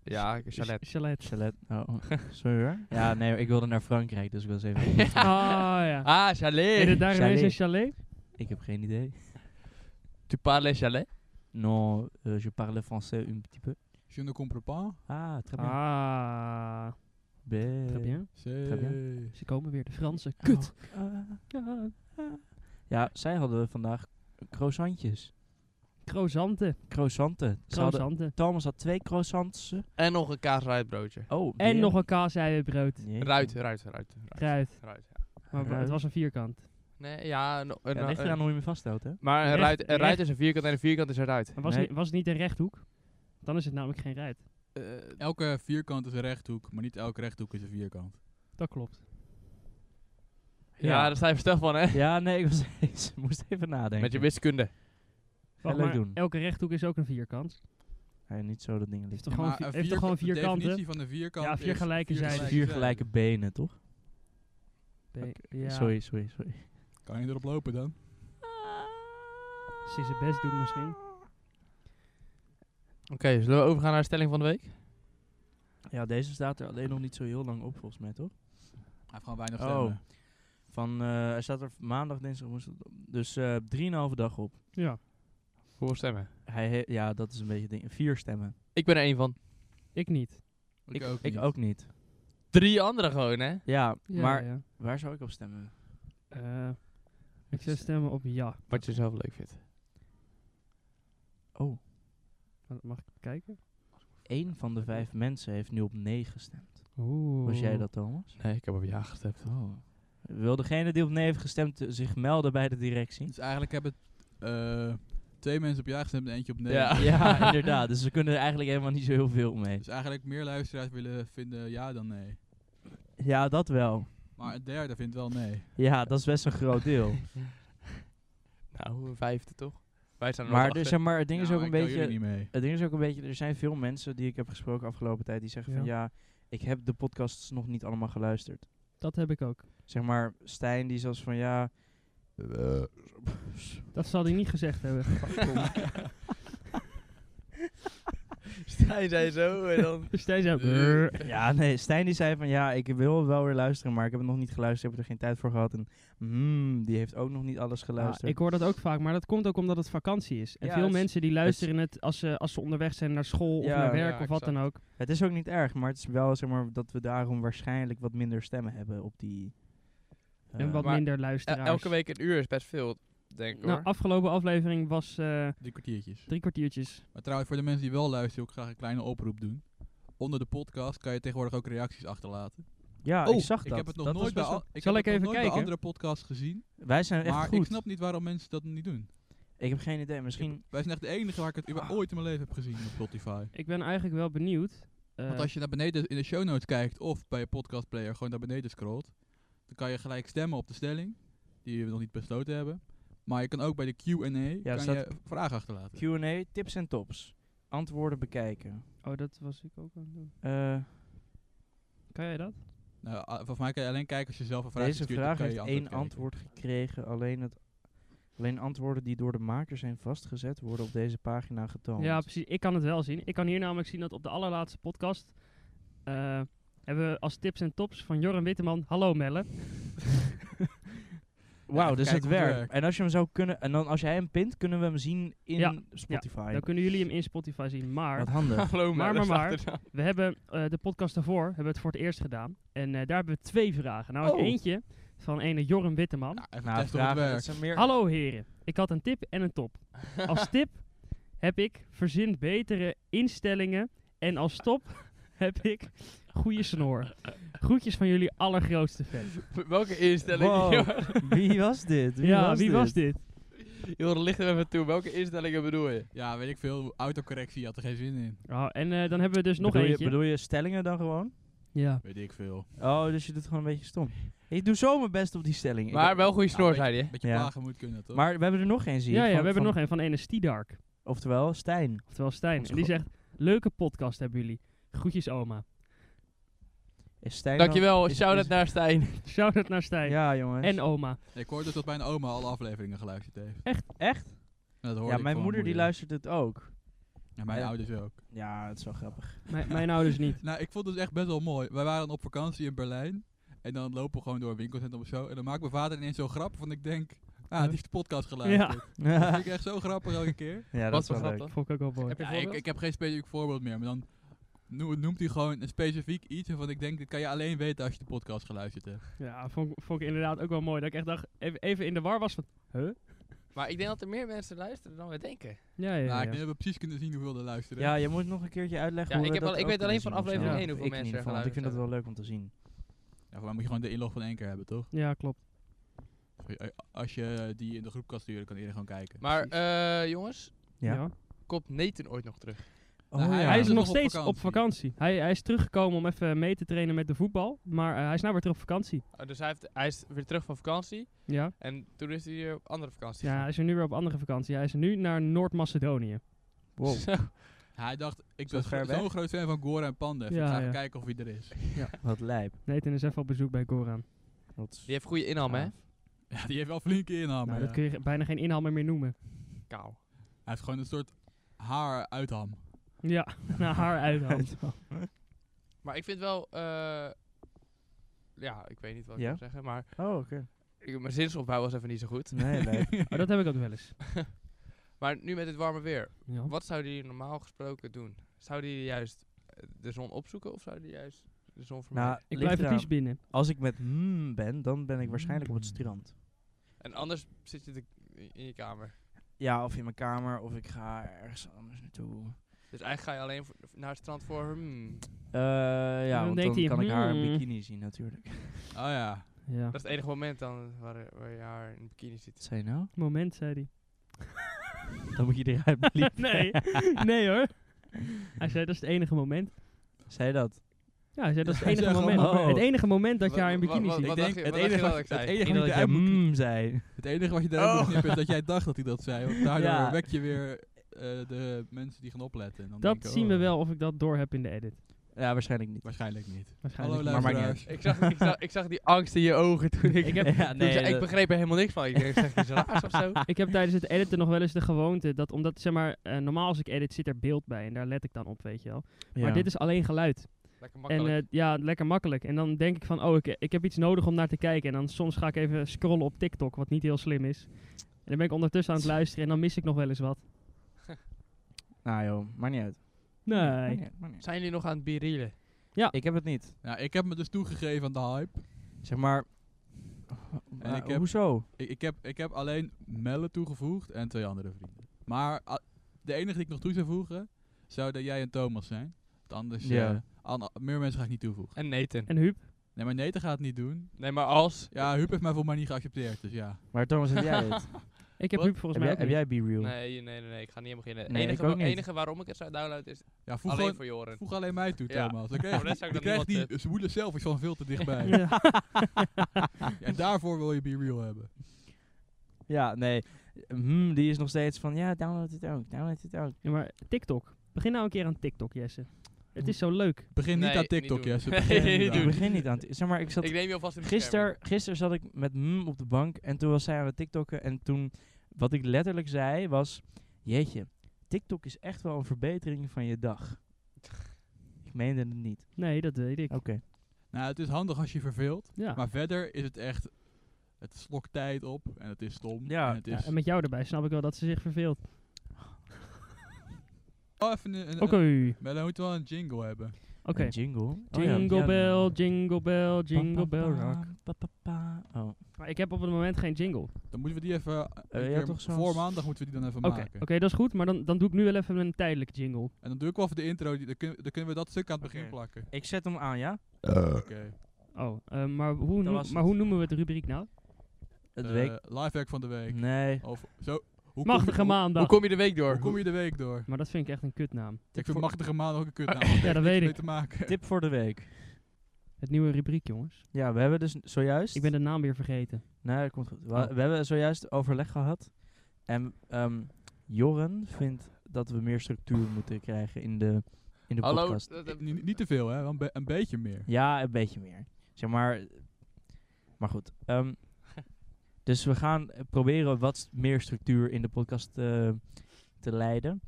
[SPEAKER 5] ja, een chalet.
[SPEAKER 4] Ch- chalet.
[SPEAKER 3] Chalet. Oh, sorry hoor. Ja, nee, ik wilde naar Frankrijk, dus ik was even...
[SPEAKER 4] Ah ja.
[SPEAKER 5] Ah,
[SPEAKER 4] Heet het
[SPEAKER 5] chalet.
[SPEAKER 4] daar
[SPEAKER 3] chalet.
[SPEAKER 4] ineens een chalet?
[SPEAKER 3] ik heb geen idee.
[SPEAKER 5] Tu parles chalet?
[SPEAKER 3] Non, eh, je parle français un petit peu.
[SPEAKER 1] Je ne comprends pas.
[SPEAKER 3] Ah, très bien.
[SPEAKER 4] Ah,
[SPEAKER 3] Bé-
[SPEAKER 4] très bien.
[SPEAKER 3] Très
[SPEAKER 1] C'est-
[SPEAKER 4] Ze komen weer, de Fransen. Kut.
[SPEAKER 3] Oh, ah. Ja, zij hadden vandaag croissantjes.
[SPEAKER 4] Crozanten.
[SPEAKER 3] Croissanten. Ze hadden-
[SPEAKER 4] Crozanten.
[SPEAKER 3] Thomas had twee croissants.
[SPEAKER 5] En nog een kaasruitbroodje.
[SPEAKER 3] Oh, die
[SPEAKER 4] En nog
[SPEAKER 3] heb-
[SPEAKER 4] een kaaseiwitbrood.
[SPEAKER 3] Jeetje.
[SPEAKER 5] Ruit, ruit, ruit. Ruit.
[SPEAKER 4] Ruit.
[SPEAKER 5] ruit ja.
[SPEAKER 4] Maar wa- het was een vierkant.
[SPEAKER 5] Nee, ja. no- eh,
[SPEAKER 3] Ja,
[SPEAKER 5] nou,
[SPEAKER 3] ligt
[SPEAKER 5] eh,
[SPEAKER 3] eraan hoe je me vasthoudt, hè?
[SPEAKER 5] maar een
[SPEAKER 4] Recht-
[SPEAKER 5] ruit, een ruit
[SPEAKER 4] recht.
[SPEAKER 5] is een vierkant en een vierkant is een ruit.
[SPEAKER 4] Maar was,
[SPEAKER 3] Nee.
[SPEAKER 4] het niet- was het niet een rechthoek? Dan is het namelijk geen ruit.
[SPEAKER 5] Eh,
[SPEAKER 1] Elke vierkant is een rechthoek, maar niet elke rechthoek is een vierkant.
[SPEAKER 4] Dat klopt.
[SPEAKER 5] ja, daar sta je versteld van, hè?
[SPEAKER 3] Ja, nee, ik was ik moest even nadenken.
[SPEAKER 5] Met je wiskunde.
[SPEAKER 3] Ga
[SPEAKER 4] Wacht,
[SPEAKER 3] leuk
[SPEAKER 4] maar
[SPEAKER 3] doen.
[SPEAKER 4] elke rechthoek is ook een vierkant.
[SPEAKER 3] Nee, niet zo dat ding
[SPEAKER 4] Heeft
[SPEAKER 3] ligt.
[SPEAKER 4] toch gewoon,
[SPEAKER 1] maar
[SPEAKER 4] vi- heeft toch gewoon
[SPEAKER 1] vierkant-
[SPEAKER 4] vierkanten?
[SPEAKER 1] De definitie van een vierkant
[SPEAKER 4] Ja, vier
[SPEAKER 1] is
[SPEAKER 4] gelijke zijden.
[SPEAKER 3] Vier gelijke benen, toch?
[SPEAKER 4] Nee, ja.
[SPEAKER 3] Sorry, sorry, sorry.
[SPEAKER 1] Kan je erop lopen dan?
[SPEAKER 4] Ze zijn best doen misschien.
[SPEAKER 5] Oké, zullen we overgaan naar de stelling van de week?
[SPEAKER 3] Ja, deze staat er alleen nog niet zo heel lang op, volgens mij, toch?
[SPEAKER 1] Hij heeft gewoon weinig
[SPEAKER 3] Oh.
[SPEAKER 1] stemmen.
[SPEAKER 3] Van, eh, hij staat er maandag, dinsdag, woensdag. Dus eh drieënhalve dag op.
[SPEAKER 4] Ja.
[SPEAKER 5] Hoeveel stemmen?
[SPEAKER 3] Hij he- ja, dat is een beetje ding. Vier stemmen.
[SPEAKER 5] Ik ben er één van.
[SPEAKER 4] Ik niet.
[SPEAKER 1] Ik, ook niet.
[SPEAKER 3] Ik ook niet.
[SPEAKER 5] Drie anderen gewoon, hè?
[SPEAKER 3] Ja,
[SPEAKER 4] Ja,
[SPEAKER 3] maar
[SPEAKER 4] ja.
[SPEAKER 3] waar zou ik op stemmen?
[SPEAKER 4] Eh, ik zou stemmen op ja.
[SPEAKER 5] Wat je zelf leuk vindt.
[SPEAKER 3] Oh,
[SPEAKER 4] Mag- Mag ik kijken?
[SPEAKER 3] één van de vijf mensen heeft nu op nee gestemd.
[SPEAKER 4] Oeh.
[SPEAKER 3] Was jij dat, Thomas?
[SPEAKER 5] Nee, ik heb op ja gestemd.
[SPEAKER 3] Oh. Wil degene die op nee heeft gestemd eh, zich melden bij de directie?
[SPEAKER 1] Dus eigenlijk hebben eh, twee mensen op ja gestemd en eentje op nee.
[SPEAKER 5] Ja.
[SPEAKER 3] Eh, Ja, inderdaad. Dus we kunnen er eigenlijk helemaal niet zo heel veel mee.
[SPEAKER 1] Dus eigenlijk meer luisteraars willen vinden ja dan nee.
[SPEAKER 3] Ja, dat wel.
[SPEAKER 1] Maar een derde vindt wel nee.
[SPEAKER 3] Ja, dat is best een groot deel.
[SPEAKER 5] Nou, een vijfde toch? Wij staan er nog
[SPEAKER 3] maar,
[SPEAKER 5] achter.
[SPEAKER 3] dus, zeg maar het ding
[SPEAKER 1] Ja,
[SPEAKER 3] is ook
[SPEAKER 1] maar
[SPEAKER 3] een
[SPEAKER 1] ik tel jullie
[SPEAKER 3] beetje...
[SPEAKER 1] niet mee.
[SPEAKER 3] Het ding is ook een beetje... Er zijn veel mensen die ik heb gesproken afgelopen tijd die zeggen van... Ja, ik heb de podcasts nog niet allemaal geluisterd.
[SPEAKER 4] Dat heb ik ook.
[SPEAKER 3] Zeg maar, Stijn die zelfs van... Ja,
[SPEAKER 4] Dat zal hij niet gezegd hebben.
[SPEAKER 5] Stijn zei zo en dan...
[SPEAKER 4] Dus hij zei...
[SPEAKER 3] Eh, ja nee, Stijn die zei van... Ja, ik wil wel weer luisteren, maar ik heb het nog niet geluisterd. Ik heb er geen tijd voor gehad. En mm, die heeft ook nog niet alles
[SPEAKER 4] Ja,
[SPEAKER 3] geluisterd.
[SPEAKER 4] ik hoor dat ook vaak, maar dat komt ook omdat het vakantie is. En
[SPEAKER 3] Ja,
[SPEAKER 4] veel
[SPEAKER 3] het is-
[SPEAKER 4] mensen die luisteren het als ze, als ze onderweg zijn naar school
[SPEAKER 3] Ja,
[SPEAKER 4] of naar werk
[SPEAKER 5] ja,
[SPEAKER 4] of wat dan ook.
[SPEAKER 3] Het is ook niet erg, maar het is wel zeg maar dat we daarom waarschijnlijk wat minder stemmen hebben op die. eh,
[SPEAKER 4] en wat
[SPEAKER 5] maar
[SPEAKER 4] minder
[SPEAKER 5] El-
[SPEAKER 4] luisteraars.
[SPEAKER 5] E, elke week een uur is best veel, denk ik
[SPEAKER 4] Nou,
[SPEAKER 5] hoor.
[SPEAKER 4] afgelopen aflevering was eh,
[SPEAKER 1] Drie kwartiertjes.
[SPEAKER 4] drie kwartiertjes.
[SPEAKER 1] Maar trouwens, voor de mensen die wel luisteren, wil ik graag een kleine oproep doen. Onder de podcast kan je tegenwoordig ook reacties achterlaten. Oh,
[SPEAKER 3] Ja, Ah, ik zag dat.
[SPEAKER 1] Ik heb het nog
[SPEAKER 3] Dat was
[SPEAKER 1] nooit, bij,
[SPEAKER 3] best wel-
[SPEAKER 1] al- ik
[SPEAKER 4] Zal
[SPEAKER 1] heb
[SPEAKER 4] ik
[SPEAKER 1] het nog
[SPEAKER 4] even
[SPEAKER 1] nooit bij
[SPEAKER 4] kijken?
[SPEAKER 1] andere podcasts gezien.
[SPEAKER 3] Wij zijn echt
[SPEAKER 1] maar
[SPEAKER 3] goed.
[SPEAKER 1] ik snap niet waarom mensen dat niet doen.
[SPEAKER 3] Ik heb geen idee. Misschien...
[SPEAKER 1] Wij zijn echt de enige waar ik het
[SPEAKER 3] Ah.
[SPEAKER 1] überhaupt ooit in mijn leven heb gezien op Spotify.
[SPEAKER 4] Ik ben eigenlijk wel benieuwd. eh,
[SPEAKER 1] Want als je naar beneden in de show notes kijkt of bij je podcast player gewoon naar beneden scrolt, dan kan je gelijk stemmen op de stelling die we nog niet besloten hebben. Maar je kan ook bij de Q&A kan
[SPEAKER 3] staat-
[SPEAKER 1] je vragen achterlaten.
[SPEAKER 3] Q&A, tips en tops. Antwoorden bekijken.
[SPEAKER 4] Oh, dat was ik ook aan het doen.
[SPEAKER 3] Eh,
[SPEAKER 4] Kan jij dat?
[SPEAKER 1] Nou, a- volgens mij kan je alleen kijken als je zelf een vraag
[SPEAKER 3] deze
[SPEAKER 1] stuurt.
[SPEAKER 3] vraag
[SPEAKER 1] dan kan
[SPEAKER 3] heeft
[SPEAKER 1] je
[SPEAKER 3] één
[SPEAKER 1] kijken.
[SPEAKER 3] antwoord gekregen. Alleen, het, alleen antwoorden die door de maker zijn vastgezet worden op deze pagina getoond.
[SPEAKER 4] Ja, precies. Ik kan het wel zien. Ik kan hier namelijk zien dat op de allerlaatste podcast eh, hebben we als tips en tops van Joran Witteman. Hallo Melle.
[SPEAKER 3] Wauw,
[SPEAKER 1] even
[SPEAKER 3] dus
[SPEAKER 1] kijken
[SPEAKER 3] het
[SPEAKER 1] hoe het
[SPEAKER 3] werkt.
[SPEAKER 1] werkt.
[SPEAKER 3] En als je hem zou kunnen... En dan als jij hem pint, kunnen we hem zien in
[SPEAKER 4] Ja,
[SPEAKER 3] Spotify.
[SPEAKER 4] Dan kunnen jullie hem in Spotify zien.
[SPEAKER 3] Wat
[SPEAKER 4] Maar
[SPEAKER 3] handig.
[SPEAKER 5] Hallo,
[SPEAKER 4] Maar,
[SPEAKER 5] daar
[SPEAKER 4] maar,
[SPEAKER 5] staat er
[SPEAKER 4] we hebben eh, de podcast daarvoor hebben we het voor het eerst gedaan. En eh, daar hebben we twee vragen. Nou,
[SPEAKER 3] Oh.
[SPEAKER 4] eentje van ene Joran Witteman.
[SPEAKER 1] Nou, even
[SPEAKER 3] nou,
[SPEAKER 1] testen of het
[SPEAKER 3] vragen, dat
[SPEAKER 1] werkt.
[SPEAKER 3] zijn meer...
[SPEAKER 4] Hallo heren, ik had een tip en een top. Als tip heb ik verzin betere instellingen. En als top heb ik goede snor. Groetjes van jullie allergrootste fan.
[SPEAKER 5] dan. Welke instelling?
[SPEAKER 3] Wow.
[SPEAKER 5] Joran?
[SPEAKER 3] Wie was dit? Wie
[SPEAKER 4] ja,
[SPEAKER 3] was
[SPEAKER 4] wie
[SPEAKER 3] dit?
[SPEAKER 4] was dit?
[SPEAKER 5] Joran, licht er even toe. Welke instellingen bedoel je?
[SPEAKER 1] Ja, weet ik veel. Autocorrectie had er geen zin in.
[SPEAKER 4] Oh, en eh, dan hebben we dus nog
[SPEAKER 3] bedoel
[SPEAKER 4] eentje.
[SPEAKER 3] Je, bedoel je stellingen dan gewoon?
[SPEAKER 4] ja.
[SPEAKER 1] Weet ik veel.
[SPEAKER 3] Oh, dus je doet gewoon een beetje stom. Ik doe zo mijn best op die stelling. Ik
[SPEAKER 5] Maar
[SPEAKER 3] heb-
[SPEAKER 5] wel goede snor,
[SPEAKER 1] weet
[SPEAKER 5] zei hij.
[SPEAKER 1] Beetje
[SPEAKER 3] Ja.
[SPEAKER 1] plagen moet kunnen, toch?
[SPEAKER 3] maar we hebben er nog één, zie
[SPEAKER 4] ja,
[SPEAKER 3] ik,
[SPEAKER 4] ja,
[SPEAKER 3] van-
[SPEAKER 4] we hebben
[SPEAKER 3] van-
[SPEAKER 4] nog een van ene Stiedark.
[SPEAKER 3] Oftewel, Stijn.
[SPEAKER 4] Oftewel Stijn.
[SPEAKER 3] Ons
[SPEAKER 4] En die
[SPEAKER 3] gro-
[SPEAKER 4] zegt, leuke podcast hebben jullie. Groetjes oma.
[SPEAKER 3] Is Stijn
[SPEAKER 5] Dankjewel.
[SPEAKER 3] dan- is-
[SPEAKER 5] Shout-out
[SPEAKER 3] is-
[SPEAKER 5] naar Stijn.
[SPEAKER 4] Shout-out naar Stijn.
[SPEAKER 3] Ja, jongens.
[SPEAKER 4] En oma.
[SPEAKER 1] Ik hoorde dus dat mijn oma alle afleveringen geluisterd heeft.
[SPEAKER 3] Echt?
[SPEAKER 1] En dat hoorde
[SPEAKER 3] Ja,
[SPEAKER 1] ik
[SPEAKER 3] mijn
[SPEAKER 1] van
[SPEAKER 3] moeder die luistert het ook.
[SPEAKER 1] En mijn
[SPEAKER 3] Ja.
[SPEAKER 1] ouders ook.
[SPEAKER 3] Ja, het is wel grappig.
[SPEAKER 4] Mijn, mijn ouders Dus niet.
[SPEAKER 1] Nou, ik vond het echt best wel mooi. Wij waren op vakantie in Berlijn. En dan lopen we gewoon door een winkelcentrum of zo. En dan maakt mijn vader ineens zo'n grap van ik denk... Ah, die heeft de podcast
[SPEAKER 4] Ja,
[SPEAKER 1] geluisterd. Dat
[SPEAKER 3] ja,
[SPEAKER 1] vind ik echt zo grappig elke keer.
[SPEAKER 3] dat
[SPEAKER 5] Wat
[SPEAKER 3] is wel
[SPEAKER 5] voor grap
[SPEAKER 3] leuk.
[SPEAKER 5] dan?
[SPEAKER 4] vond ik ook wel mooi.
[SPEAKER 5] Heb je
[SPEAKER 1] Ja,
[SPEAKER 5] een
[SPEAKER 1] ik,
[SPEAKER 5] voorbeeld?
[SPEAKER 1] ik heb geen specifiek voorbeeld meer. Maar dan noe- noemt hij gewoon een specifiek iets. Waarvan ik denk, dit kan je alleen weten als je de podcast geluisterd hebt.
[SPEAKER 4] Ja, vond, ik- vond ik inderdaad ook wel mooi. Dat ik echt dacht, even, even in de war was van, huh?
[SPEAKER 5] Maar ik denk dat er meer mensen luisteren dan we denken.
[SPEAKER 4] Ja, ja, ja.
[SPEAKER 1] Nou, ik denk dat we precies kunnen zien hoeveel er luisteren.
[SPEAKER 3] Ja, je moet nog een keertje uitleggen
[SPEAKER 5] Ja,
[SPEAKER 3] hoe
[SPEAKER 5] ik
[SPEAKER 3] we
[SPEAKER 5] heb
[SPEAKER 3] dat
[SPEAKER 5] al- ik
[SPEAKER 3] ook
[SPEAKER 5] weet alleen
[SPEAKER 3] kunnen
[SPEAKER 5] van
[SPEAKER 3] zien of zo.
[SPEAKER 5] aflevering één
[SPEAKER 3] Ik
[SPEAKER 5] hoeveel
[SPEAKER 3] in
[SPEAKER 5] mensen
[SPEAKER 3] ieder
[SPEAKER 5] er
[SPEAKER 3] geval, want ik vind dat wel leuk om te zien.
[SPEAKER 1] Ja, voor mij moet je gewoon de inlog van één keer hebben, toch? eh,
[SPEAKER 4] ja, klopt.
[SPEAKER 1] Als je die in de groep kan sturen, kan iedereen gewoon kijken.
[SPEAKER 5] Maar eh, jongens,
[SPEAKER 3] Ja.
[SPEAKER 5] komt Nathan ooit nog terug?
[SPEAKER 3] Oh,
[SPEAKER 1] Nou, hij-
[SPEAKER 3] ja.
[SPEAKER 4] Hij is
[SPEAKER 1] nog
[SPEAKER 4] nog
[SPEAKER 1] op
[SPEAKER 4] steeds
[SPEAKER 1] vakantie.
[SPEAKER 4] op vakantie. Hij, hij is teruggekomen om even mee te trainen met de voetbal. Maar eh, hij is nou weer terug op vakantie.
[SPEAKER 5] Oh, dus hij, heeft, hij is weer terug van vakantie.
[SPEAKER 4] Ja.
[SPEAKER 5] En toen is hij weer op andere vakantie.
[SPEAKER 4] ja, hij is er nu weer op andere vakantie. Hij is nu naar Noord-Macedonië.
[SPEAKER 3] Wow.
[SPEAKER 5] Zo.
[SPEAKER 1] Hij dacht, ik
[SPEAKER 3] Zo
[SPEAKER 1] ben
[SPEAKER 3] ver
[SPEAKER 1] gro-
[SPEAKER 3] weg?
[SPEAKER 1] zo'n groot fan van Gora en Pandev.
[SPEAKER 4] Ja,
[SPEAKER 1] ik ga even
[SPEAKER 4] ja.
[SPEAKER 1] kijken of hij er is.
[SPEAKER 3] Wat lijp.
[SPEAKER 4] Nathan is even op bezoek bij Goran.
[SPEAKER 3] Wat is
[SPEAKER 5] Die heeft goede inham, hè?
[SPEAKER 3] gaaf.
[SPEAKER 1] Ja, die heeft wel flinke inham.
[SPEAKER 4] nou,
[SPEAKER 1] ja.
[SPEAKER 4] dat kun je bijna geen inhammer meer noemen.
[SPEAKER 5] Kou.
[SPEAKER 1] Hij heeft gewoon een soort haar uit ham.
[SPEAKER 4] Ja, naar haar uithand.
[SPEAKER 5] Maar ik vind wel... eh, ja, ik weet niet wat ik
[SPEAKER 3] Ja?
[SPEAKER 5] moet zeggen, maar
[SPEAKER 3] Oh, oké.
[SPEAKER 5] ik- mijn zinsopbouw was even niet zo goed.
[SPEAKER 3] Nee, lijp.
[SPEAKER 4] Maar Oh, dat heb ik ook wel eens.
[SPEAKER 5] Maar nu met het warme weer,
[SPEAKER 4] Ja.
[SPEAKER 5] wat zou die normaal gesproken doen? Zou die juist eh, de zon opzoeken of zou die juist de zon vermijden?
[SPEAKER 3] nou,
[SPEAKER 4] Ik
[SPEAKER 3] ligt
[SPEAKER 4] blijf het
[SPEAKER 3] eraan.
[SPEAKER 4] liefst binnen.
[SPEAKER 3] Als ik met hmm ben, dan ben ik waarschijnlijk op het strand.
[SPEAKER 5] En anders zit je te- in je kamer.
[SPEAKER 3] Ja, of in mijn kamer, of ik ga ergens anders naartoe.
[SPEAKER 5] Dus eigenlijk ga je alleen voor- naar het strand voor... hmm,
[SPEAKER 3] Eh, ja,
[SPEAKER 4] dan
[SPEAKER 3] want
[SPEAKER 4] denkt
[SPEAKER 3] dan
[SPEAKER 4] hij,
[SPEAKER 3] kan ik haar in
[SPEAKER 4] hmm.
[SPEAKER 3] bikini zien natuurlijk.
[SPEAKER 1] Oh ja.
[SPEAKER 4] Ja.
[SPEAKER 5] Dat is het enige moment dan waar, waar je haar in bikini ziet.
[SPEAKER 3] Wat zei je nou?
[SPEAKER 4] Moment, zei hij.
[SPEAKER 3] Dan moet je eruit bliepen.
[SPEAKER 4] nee, nee hoor. Hij zei, dat is het enige moment.
[SPEAKER 3] Zei je dat?
[SPEAKER 4] Ja, hij zei, dat is het
[SPEAKER 1] Hij
[SPEAKER 4] enige
[SPEAKER 1] zei
[SPEAKER 4] moment.
[SPEAKER 3] gewoon, oh.
[SPEAKER 4] Het enige moment dat je
[SPEAKER 5] Wa-
[SPEAKER 4] haar in
[SPEAKER 5] wa-
[SPEAKER 4] bikini
[SPEAKER 5] wa-
[SPEAKER 4] ziet.
[SPEAKER 5] wa-
[SPEAKER 1] Ik
[SPEAKER 5] Wat
[SPEAKER 1] denk,
[SPEAKER 5] dacht je-
[SPEAKER 1] het
[SPEAKER 5] wat dacht
[SPEAKER 1] enige
[SPEAKER 5] je
[SPEAKER 1] wat-
[SPEAKER 5] dat
[SPEAKER 1] het
[SPEAKER 5] ik zei?
[SPEAKER 1] enige
[SPEAKER 3] Ik
[SPEAKER 1] wat
[SPEAKER 3] dacht
[SPEAKER 1] je
[SPEAKER 3] dat jij
[SPEAKER 1] eruit moet knippen-
[SPEAKER 3] hmm zei.
[SPEAKER 1] het enige wat je eruit moet
[SPEAKER 5] Oh.
[SPEAKER 1] knippen is dat jij dacht dat hij dat zei. Want daardoor
[SPEAKER 3] Ja.
[SPEAKER 1] wek je weer eh, de mensen die gaan opletten. En dan
[SPEAKER 4] Dat
[SPEAKER 1] denken,
[SPEAKER 4] zien
[SPEAKER 1] oh,
[SPEAKER 4] we wel of ik dat door heb in de edit.
[SPEAKER 3] Ja, waarschijnlijk niet.
[SPEAKER 1] Waarschijnlijk niet.
[SPEAKER 4] Waarschijnlijk.
[SPEAKER 1] Hallo
[SPEAKER 3] Maar maakt niet
[SPEAKER 1] luisteraars.
[SPEAKER 5] Ik zag, ik, zag, ik zag die angst in je ogen toen ik...
[SPEAKER 4] Ik heb-
[SPEAKER 3] Ja,
[SPEAKER 5] toen
[SPEAKER 3] nee,
[SPEAKER 5] zei- ik
[SPEAKER 3] dat-
[SPEAKER 5] begreep er helemaal niks van. Ik dacht, zeg je iets raars of zo?
[SPEAKER 4] ik heb tijdens het editen nog wel eens de gewoonte dat, omdat zeg maar, eh, normaal als ik edit zit er beeld bij en daar let ik dan op, weet je wel. Maar
[SPEAKER 3] Ja.
[SPEAKER 4] dit is alleen geluid.
[SPEAKER 5] Lekker
[SPEAKER 4] En
[SPEAKER 5] makkelijk.
[SPEAKER 4] eh, ja, lekker makkelijk. En dan denk ik van, oh, ik, ik heb iets nodig om naar te kijken. En dan soms ga ik even scrollen op TikTok, wat niet heel slim is. En dan ben ik ondertussen aan het luisteren en dan mis ik nog wel eens wat.
[SPEAKER 3] Nou joh, maakt niet uit. Maakt
[SPEAKER 4] Nee.
[SPEAKER 3] niet uit, maakt niet uit.
[SPEAKER 5] Zijn jullie nog aan het berielen?
[SPEAKER 3] Ik heb het niet.
[SPEAKER 1] Nou, ik heb me dus toegegeven aan de hype.
[SPEAKER 3] Zeg maar... Maar
[SPEAKER 1] ik heb-
[SPEAKER 3] eh, Hoezo?
[SPEAKER 1] Ik, ik, heb, ik heb alleen Melle toegevoegd en twee andere vrienden. Maar a- de enige die ik nog toe zou voegen, zouden jij en Thomas zijn. Want anders,
[SPEAKER 3] Ja.
[SPEAKER 1] eh, an- meer mensen ga ik niet toevoegen.
[SPEAKER 5] En Nathan.
[SPEAKER 4] En Huub?
[SPEAKER 1] Nee, maar Neten gaat het niet doen.
[SPEAKER 5] Nee, maar als...
[SPEAKER 1] Ja, Huub heeft mij voor mij niet geaccepteerd, dus ja.
[SPEAKER 3] Maar Thomas, heb jij het?
[SPEAKER 4] Ik heb
[SPEAKER 1] Wat?
[SPEAKER 4] Huub volgens
[SPEAKER 3] heb,
[SPEAKER 4] mij
[SPEAKER 3] jij,
[SPEAKER 4] ook
[SPEAKER 3] heb
[SPEAKER 4] niet.
[SPEAKER 3] jij Be Real?
[SPEAKER 5] Nee, nee, nee, nee, ik ga niet helemaal beginnen.
[SPEAKER 3] Nee, ik
[SPEAKER 5] enige,
[SPEAKER 3] ook
[SPEAKER 5] wa-
[SPEAKER 3] niet.
[SPEAKER 5] enige waarom ik het zou downloaden is
[SPEAKER 1] Ja, voeg
[SPEAKER 5] alleen
[SPEAKER 1] alleen,
[SPEAKER 5] voor Joren.
[SPEAKER 1] voeg alleen mij toe,
[SPEAKER 5] Ja.
[SPEAKER 1] Thomas. Dan krijg,
[SPEAKER 5] Voor de rest zou ik eh,
[SPEAKER 1] dan
[SPEAKER 5] dan
[SPEAKER 1] krijg
[SPEAKER 5] niemand,
[SPEAKER 1] die zwoele selfies van veel te dichtbij.
[SPEAKER 4] Ja.
[SPEAKER 1] en daarvoor wil je Be Real hebben.
[SPEAKER 3] Ja, nee. Hmm, die is nog steeds van, ja, download het ook, download het ook.
[SPEAKER 4] Ja, maar TikTok. Begin nou een keer aan TikTok, Jesse. Het is zo leuk.
[SPEAKER 1] Begin niet
[SPEAKER 5] Nee,
[SPEAKER 1] aan
[SPEAKER 5] niet
[SPEAKER 1] Tiktok,
[SPEAKER 5] doen.
[SPEAKER 1] Jesse.
[SPEAKER 5] Nee,
[SPEAKER 1] Begin niet
[SPEAKER 5] niet doen.
[SPEAKER 1] aan.
[SPEAKER 3] Ik begin niet aan het... Zeg maar, ik zat...
[SPEAKER 5] Ik neem je alvast in de
[SPEAKER 3] Gister, gisteren zat ik met mm op de bank en toen was zij aan het TikTokken. En toen, wat ik letterlijk zei was, jeetje, TikTok is echt wel een verbetering van je dag. Ik meende het niet.
[SPEAKER 4] Nee, dat weet ik.
[SPEAKER 3] Oké.
[SPEAKER 1] Nou, het is handig als je verveelt.
[SPEAKER 4] Ja.
[SPEAKER 1] Maar verder is het echt... Het slokt tijd op en het is stom.
[SPEAKER 3] Ja,
[SPEAKER 1] en het
[SPEAKER 4] Ja,
[SPEAKER 1] is...
[SPEAKER 4] en met jou erbij snap ik wel dat ze zich verveelt.
[SPEAKER 1] Oh, even een... een-
[SPEAKER 4] Oké.
[SPEAKER 1] een- Maar dan moeten we wel een jingle hebben.
[SPEAKER 4] Oké.
[SPEAKER 3] Een jingle.
[SPEAKER 4] Jingle bell, jingle bell, jingle bell rock.
[SPEAKER 3] Oh.
[SPEAKER 4] Maar ik heb op het moment geen jingle.
[SPEAKER 1] Dan moeten we die even... een
[SPEAKER 3] Eh, ja,
[SPEAKER 1] keer
[SPEAKER 3] toch zo'n-
[SPEAKER 1] voor maandag moeten we die dan even
[SPEAKER 4] Oké,
[SPEAKER 1] maken.
[SPEAKER 4] oké, dat is goed, maar dan, dan doe ik nu wel even een tijdelijke jingle.
[SPEAKER 1] En dan doe ik wel even de intro. Die, dan, kunnen, dan kunnen we dat stuk aan het begin
[SPEAKER 3] Oké.
[SPEAKER 1] plakken.
[SPEAKER 3] Ik zet hem aan, ja?
[SPEAKER 1] Oké.
[SPEAKER 4] Oh, eh, maar, hoe
[SPEAKER 3] Dat
[SPEAKER 4] noem-
[SPEAKER 3] was
[SPEAKER 4] maar
[SPEAKER 3] het.
[SPEAKER 4] hoe noemen we de rubriek nou?
[SPEAKER 3] Het
[SPEAKER 1] Eh,
[SPEAKER 3] week.
[SPEAKER 1] Lifehack van de week.
[SPEAKER 4] Oh,
[SPEAKER 3] Nee.
[SPEAKER 1] Of zo... Hoe kom je-
[SPEAKER 4] Machtige
[SPEAKER 1] hoe-
[SPEAKER 4] maandag.
[SPEAKER 5] Hoe kom je de week door?
[SPEAKER 1] Hoe kom je de week door?
[SPEAKER 4] Maar dat vind ik echt een kutnaam.
[SPEAKER 1] Ik vind machtige maandag ook een kutnaam.
[SPEAKER 4] Ja, dat weet
[SPEAKER 1] Mee
[SPEAKER 4] ik.
[SPEAKER 1] te maken.
[SPEAKER 3] Tip voor de week.
[SPEAKER 4] Het nieuwe rubriek, jongens.
[SPEAKER 3] Ja, we hebben dus zojuist...
[SPEAKER 4] Ik ben de naam weer vergeten.
[SPEAKER 3] Nee, dat komt goed. We,
[SPEAKER 4] Oh.
[SPEAKER 3] we hebben zojuist overleg gehad. En ehm Joren vindt dat we meer structuur moeten krijgen in de, in de
[SPEAKER 5] Hallo?
[SPEAKER 3] podcast.
[SPEAKER 5] dat- dat-
[SPEAKER 1] Nu- Niet te veel, hè? wel Een, be- een beetje meer.
[SPEAKER 3] Ja, een beetje meer. Zeg maar. Maar goed. ehm, dus we gaan eh, proberen wat s- meer structuur in de podcast eh, te leiden.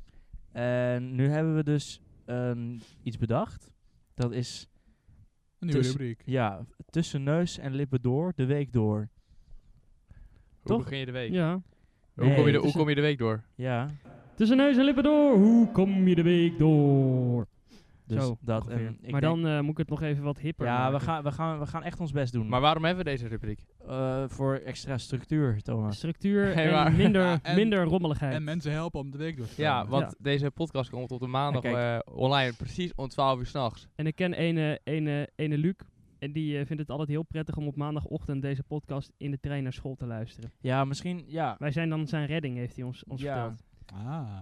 [SPEAKER 3] En nu hebben we dus ehm, iets bedacht. Dat is
[SPEAKER 1] Een nieuwe
[SPEAKER 3] Dus-
[SPEAKER 1] rubriek.
[SPEAKER 3] ja, tussen neus en lippen door, de week door.
[SPEAKER 5] Hoe
[SPEAKER 3] toch?
[SPEAKER 5] begin je de week?
[SPEAKER 4] Ja.
[SPEAKER 5] Hoe, kom
[SPEAKER 3] Nee,
[SPEAKER 5] je de,
[SPEAKER 3] Hmm.
[SPEAKER 5] hoe kom je de week door?
[SPEAKER 3] Ja,
[SPEAKER 4] Tussen neus en lippen door, hoe kom je de week door?
[SPEAKER 3] dus
[SPEAKER 4] Zo,
[SPEAKER 3] dat.
[SPEAKER 4] ongeveer.
[SPEAKER 3] en ik
[SPEAKER 4] maar
[SPEAKER 3] denk-
[SPEAKER 4] dan eh, moet ik het nog even wat hipper
[SPEAKER 3] Ja, we
[SPEAKER 4] maken.
[SPEAKER 3] gaan, we, gaan, we gaan echt ons best doen.
[SPEAKER 5] Maar waarom hebben we deze rubriek?
[SPEAKER 3] Eh, voor extra structuur, Thomas.
[SPEAKER 4] Structuur
[SPEAKER 5] Nee,
[SPEAKER 4] en
[SPEAKER 5] maar-
[SPEAKER 4] minder,
[SPEAKER 1] Ja, en-
[SPEAKER 4] minder rommeligheid.
[SPEAKER 1] En mensen helpen om de week door te
[SPEAKER 5] Ja,
[SPEAKER 1] komen.
[SPEAKER 5] want
[SPEAKER 4] Ja.
[SPEAKER 5] deze podcast komt op de maandag
[SPEAKER 3] Ja,
[SPEAKER 5] eh, online, precies om 12 uur s'nachts.
[SPEAKER 4] En ik ken ene, ene, ene Luc. En die eh, vindt het altijd heel prettig om op maandagochtend deze podcast in de trein naar school te luisteren.
[SPEAKER 3] Ja, misschien, ja.
[SPEAKER 4] Wij zijn dan zijn redding, heeft hij ons, ons
[SPEAKER 3] Ja.
[SPEAKER 4] verteld.
[SPEAKER 1] Ah,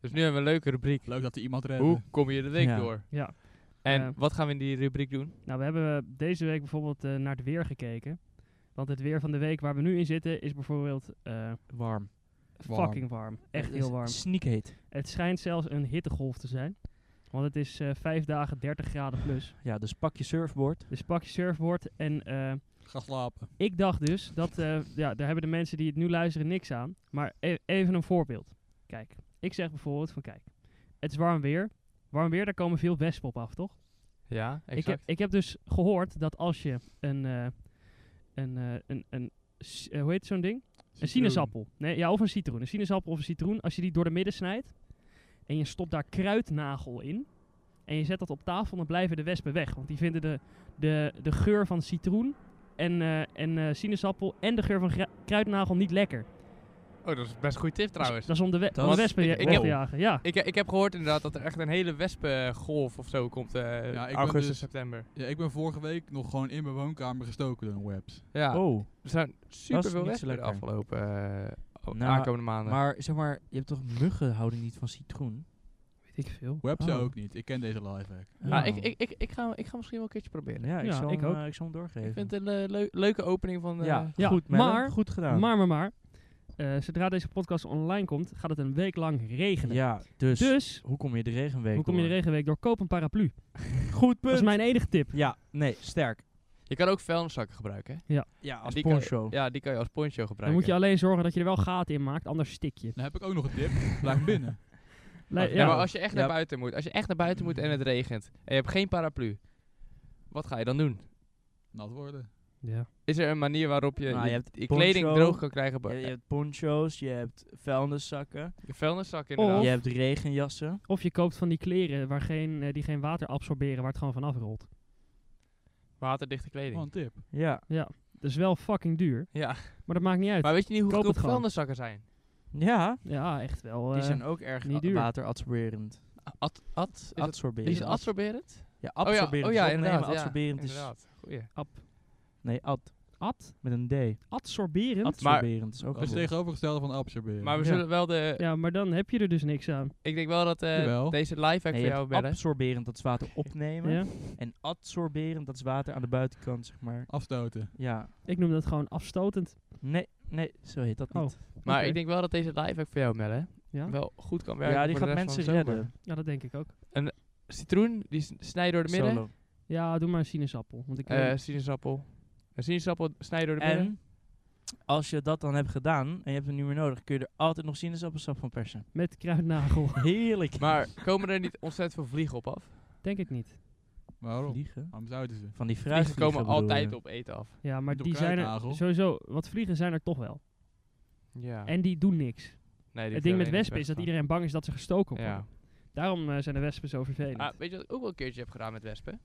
[SPEAKER 5] Dus nu hebben we een leuke rubriek.
[SPEAKER 1] leuk dat er iemand redde.
[SPEAKER 5] Hoe kom je de week
[SPEAKER 3] Ja.
[SPEAKER 5] door?
[SPEAKER 4] Ja.
[SPEAKER 5] En
[SPEAKER 4] Eh,
[SPEAKER 5] wat gaan we in die rubriek doen?
[SPEAKER 4] Nou, we hebben eh, deze week bijvoorbeeld eh, naar het weer gekeken. Want het weer van de week waar we nu in zitten is bijvoorbeeld eh,
[SPEAKER 3] Warm.
[SPEAKER 1] Warm.
[SPEAKER 4] fucking warm. Echt
[SPEAKER 3] Het
[SPEAKER 4] heel
[SPEAKER 3] is
[SPEAKER 4] warm.
[SPEAKER 3] Sneak heet.
[SPEAKER 4] Het schijnt zelfs een hittegolf te zijn. Want het is eh, vijf dagen 30 graden plus.
[SPEAKER 3] Ja, dus pak je surfboard.
[SPEAKER 4] Dus pak je surfboard. En eh,
[SPEAKER 1] Ga slapen.
[SPEAKER 4] ik dacht dus dat. eh, ja, daar hebben de mensen die het nu luisteren niks aan. Maar e- even een voorbeeld. Kijk, ik zeg bijvoorbeeld: van kijk, het is warm weer. Warm weer, daar komen veel wespen op af, toch?
[SPEAKER 5] Ja,
[SPEAKER 4] Ik heb,
[SPEAKER 5] exact.
[SPEAKER 4] ik heb dus gehoord dat als je een. eh, een, eh, een, een s- eh, hoe heet zo'n ding? Een sinaasappel. Nee, ja, of een citroen. Een sinaasappel of een citroen. Als je die door de midden snijdt en je stopt daar kruidnagel in en je zet dat op tafel, dan blijven de wespen weg. Want die vinden de, de, de geur van citroen en, eh, en eh, sinaasappel en de geur van gra- kruidnagel niet lekker.
[SPEAKER 5] oh, dat is best een goede tip trouwens.
[SPEAKER 4] Dat is om de, we-
[SPEAKER 3] Dat
[SPEAKER 4] om
[SPEAKER 3] is-
[SPEAKER 4] de wespen
[SPEAKER 5] ik-
[SPEAKER 4] je-
[SPEAKER 5] ik
[SPEAKER 4] weg
[SPEAKER 5] heb-
[SPEAKER 4] te jagen. Ja.
[SPEAKER 5] Ik, ik heb gehoord inderdaad dat er echt een hele wespengolf of zo komt eh,
[SPEAKER 1] Ja, ik ben
[SPEAKER 5] augustus,
[SPEAKER 1] dus-
[SPEAKER 5] september.
[SPEAKER 1] Ja, ik ben vorige week nog gewoon in mijn woonkamer gestoken door een webs.
[SPEAKER 5] Ja,
[SPEAKER 3] Oh.
[SPEAKER 5] er zijn super veel
[SPEAKER 3] niet zo
[SPEAKER 5] wespen de
[SPEAKER 3] lekker.
[SPEAKER 5] afgelopen eh, o-
[SPEAKER 3] Nou,
[SPEAKER 5] aankomende maanden.
[SPEAKER 3] Maar zeg maar, je hebt toch muggen houden niet van citroen?
[SPEAKER 4] Weet ik veel.
[SPEAKER 1] Webs
[SPEAKER 3] Oh.
[SPEAKER 1] ook niet. Ik ken deze lifehack.
[SPEAKER 5] Maar
[SPEAKER 3] Oh.
[SPEAKER 5] ik, ik, ik, ik, ga, ik ga misschien wel een keertje proberen.
[SPEAKER 3] Ja, ik,
[SPEAKER 4] Ja,
[SPEAKER 3] zal,
[SPEAKER 4] ik
[SPEAKER 3] ik,
[SPEAKER 4] ook.
[SPEAKER 3] ik zal hem doorgeven.
[SPEAKER 5] Ik vind het een eh, leu- leuke opening van... eh,
[SPEAKER 3] ja,
[SPEAKER 4] Ja,
[SPEAKER 3] goed, Melle.
[SPEAKER 4] maar-
[SPEAKER 3] goed gedaan.
[SPEAKER 4] Maar, maar, maar. eh, zodra deze podcast online komt, gaat het een week lang regenen.
[SPEAKER 3] ja, dus,
[SPEAKER 4] Dus,
[SPEAKER 3] hoe kom je de regenweek
[SPEAKER 4] hoe kom je de
[SPEAKER 3] door?
[SPEAKER 4] regenweek door? Koop een paraplu.
[SPEAKER 3] Goed
[SPEAKER 4] Dat
[SPEAKER 3] punt.
[SPEAKER 4] is mijn enige tip.
[SPEAKER 3] Ja, nee, sterk.
[SPEAKER 5] Je kan ook vuilniszakken gebruiken, hè?
[SPEAKER 3] Ja,
[SPEAKER 5] En
[SPEAKER 3] als
[SPEAKER 5] die kan je-
[SPEAKER 3] poncho.
[SPEAKER 5] Ja, die kan je als poncho gebruiken.
[SPEAKER 4] Dan moet je alleen zorgen dat je er wel gaten in maakt, anders stik je.
[SPEAKER 1] Dan heb ik ook nog een tip. Blijf binnen.
[SPEAKER 4] Lij-
[SPEAKER 5] ja,
[SPEAKER 4] ja,
[SPEAKER 5] maar als je echt
[SPEAKER 3] Ja.
[SPEAKER 5] naar buiten moet, als je echt naar buiten moet en het regent en je hebt geen paraplu, wat ga je dan doen?
[SPEAKER 1] Nat worden.
[SPEAKER 4] Ja.
[SPEAKER 5] Is er een manier waarop je
[SPEAKER 3] Nou,
[SPEAKER 5] je,
[SPEAKER 3] je hebt
[SPEAKER 5] je
[SPEAKER 3] poncho,
[SPEAKER 5] kleding droog kan krijgen?
[SPEAKER 3] Je,
[SPEAKER 5] bu-
[SPEAKER 3] je hebt poncho's, je hebt vuilniszakken,
[SPEAKER 5] je vuilniszak
[SPEAKER 4] Of-
[SPEAKER 5] inderdaad.
[SPEAKER 3] je hebt regenjassen.
[SPEAKER 4] Of je koopt van die kleren waar geen, eh, die geen water absorberen, waar het gewoon vanaf rolt.
[SPEAKER 5] Waterdichte kleding.
[SPEAKER 1] Gewoon een tip.
[SPEAKER 3] Ja,
[SPEAKER 4] Ja, dat is wel fucking duur.
[SPEAKER 5] Ja.
[SPEAKER 4] Maar dat maakt niet uit.
[SPEAKER 5] Maar weet je niet hoe
[SPEAKER 4] Koop
[SPEAKER 5] goedkoop
[SPEAKER 4] het gewoon.
[SPEAKER 5] vuilniszakken zijn?
[SPEAKER 3] Ja,
[SPEAKER 4] ja, echt wel.
[SPEAKER 3] die
[SPEAKER 4] eh,
[SPEAKER 3] zijn ook erg
[SPEAKER 4] niet
[SPEAKER 3] a-
[SPEAKER 4] duur.
[SPEAKER 3] waterabsorberend.
[SPEAKER 5] Ad, ad, is het-
[SPEAKER 3] Adsorberend.
[SPEAKER 5] is het absorberend?
[SPEAKER 3] Ja,
[SPEAKER 5] Oh ja,
[SPEAKER 3] absorberend
[SPEAKER 5] oh
[SPEAKER 3] is
[SPEAKER 5] ja,
[SPEAKER 3] opnemen,
[SPEAKER 5] inderdaad. ja,
[SPEAKER 3] adsorberend is...
[SPEAKER 5] inderdaad. Goeie.
[SPEAKER 3] Nee, ad.
[SPEAKER 4] ad,
[SPEAKER 3] Met een D.
[SPEAKER 4] adsorberend.
[SPEAKER 3] Absorberend is ook
[SPEAKER 1] Dat is
[SPEAKER 3] een woord.
[SPEAKER 1] tegenovergestelde van absorberen.
[SPEAKER 5] Maar we
[SPEAKER 4] Ja.
[SPEAKER 5] zullen wel de...
[SPEAKER 4] ja, maar dan heb je er dus niks aan.
[SPEAKER 5] Ik denk wel dat eh,
[SPEAKER 1] Jawel.
[SPEAKER 5] deze live
[SPEAKER 3] Nee,
[SPEAKER 5] hack voor
[SPEAKER 3] je
[SPEAKER 5] jou,
[SPEAKER 3] hebt
[SPEAKER 5] Belle.
[SPEAKER 3] absorberend, dat is water opnemen.
[SPEAKER 4] Ja?
[SPEAKER 3] En adsorberend, dat is water aan de buitenkant, zeg maar.
[SPEAKER 1] Afstoten.
[SPEAKER 3] Ja.
[SPEAKER 4] Ik noem dat gewoon afstotend.
[SPEAKER 3] Nee, nee, zo heet dat
[SPEAKER 4] Oh,
[SPEAKER 3] niet.
[SPEAKER 5] Maar
[SPEAKER 4] Oké.
[SPEAKER 5] ik denk wel dat deze live hack voor jou, Melle,
[SPEAKER 4] Ja?
[SPEAKER 5] wel goed kan werken
[SPEAKER 3] ja, die
[SPEAKER 5] voor de
[SPEAKER 3] gaat
[SPEAKER 5] rest
[SPEAKER 3] mensen
[SPEAKER 5] van de zomer.
[SPEAKER 3] redden.
[SPEAKER 4] ja, dat denk ik ook.
[SPEAKER 5] Citroen, die s- snij door de midden.
[SPEAKER 3] Solo.
[SPEAKER 4] Ja, doe maar een sinaasappel. Want ik
[SPEAKER 5] Eh,
[SPEAKER 4] weet-
[SPEAKER 5] sinaasappel. Een sinaasappel snij door de midden.
[SPEAKER 3] En als je dat dan hebt gedaan en je hebt het niet meer nodig, kun je er altijd nog sinaasappelsap van persen.
[SPEAKER 4] met kruidnagel.
[SPEAKER 3] Heerlijk.
[SPEAKER 5] Maar komen er niet ontzettend veel vliegen op af?
[SPEAKER 4] denk ik niet.
[SPEAKER 1] Waarom?
[SPEAKER 3] vliegen.
[SPEAKER 1] Waarom zouden ze?
[SPEAKER 3] Van die fruit.
[SPEAKER 5] Vliegen komen altijd op eten af.
[SPEAKER 4] Ja, maar
[SPEAKER 1] Met
[SPEAKER 4] die
[SPEAKER 1] elkaar
[SPEAKER 4] zijn
[SPEAKER 1] nagel.
[SPEAKER 4] er sowieso. Wat vliegen zijn er toch wel.
[SPEAKER 5] Ja.
[SPEAKER 4] En die doen niks.
[SPEAKER 5] nee, die
[SPEAKER 4] het ding
[SPEAKER 5] vertellen
[SPEAKER 4] met
[SPEAKER 5] niet
[SPEAKER 4] wespen is dat
[SPEAKER 5] van.
[SPEAKER 4] iedereen bang is dat ze gestoken worden.
[SPEAKER 5] Ja.
[SPEAKER 4] Daarom eh, zijn de wespen zo vervelend.
[SPEAKER 5] Ah, weet je wat ik ook wel een keertje heb gedaan met wespen?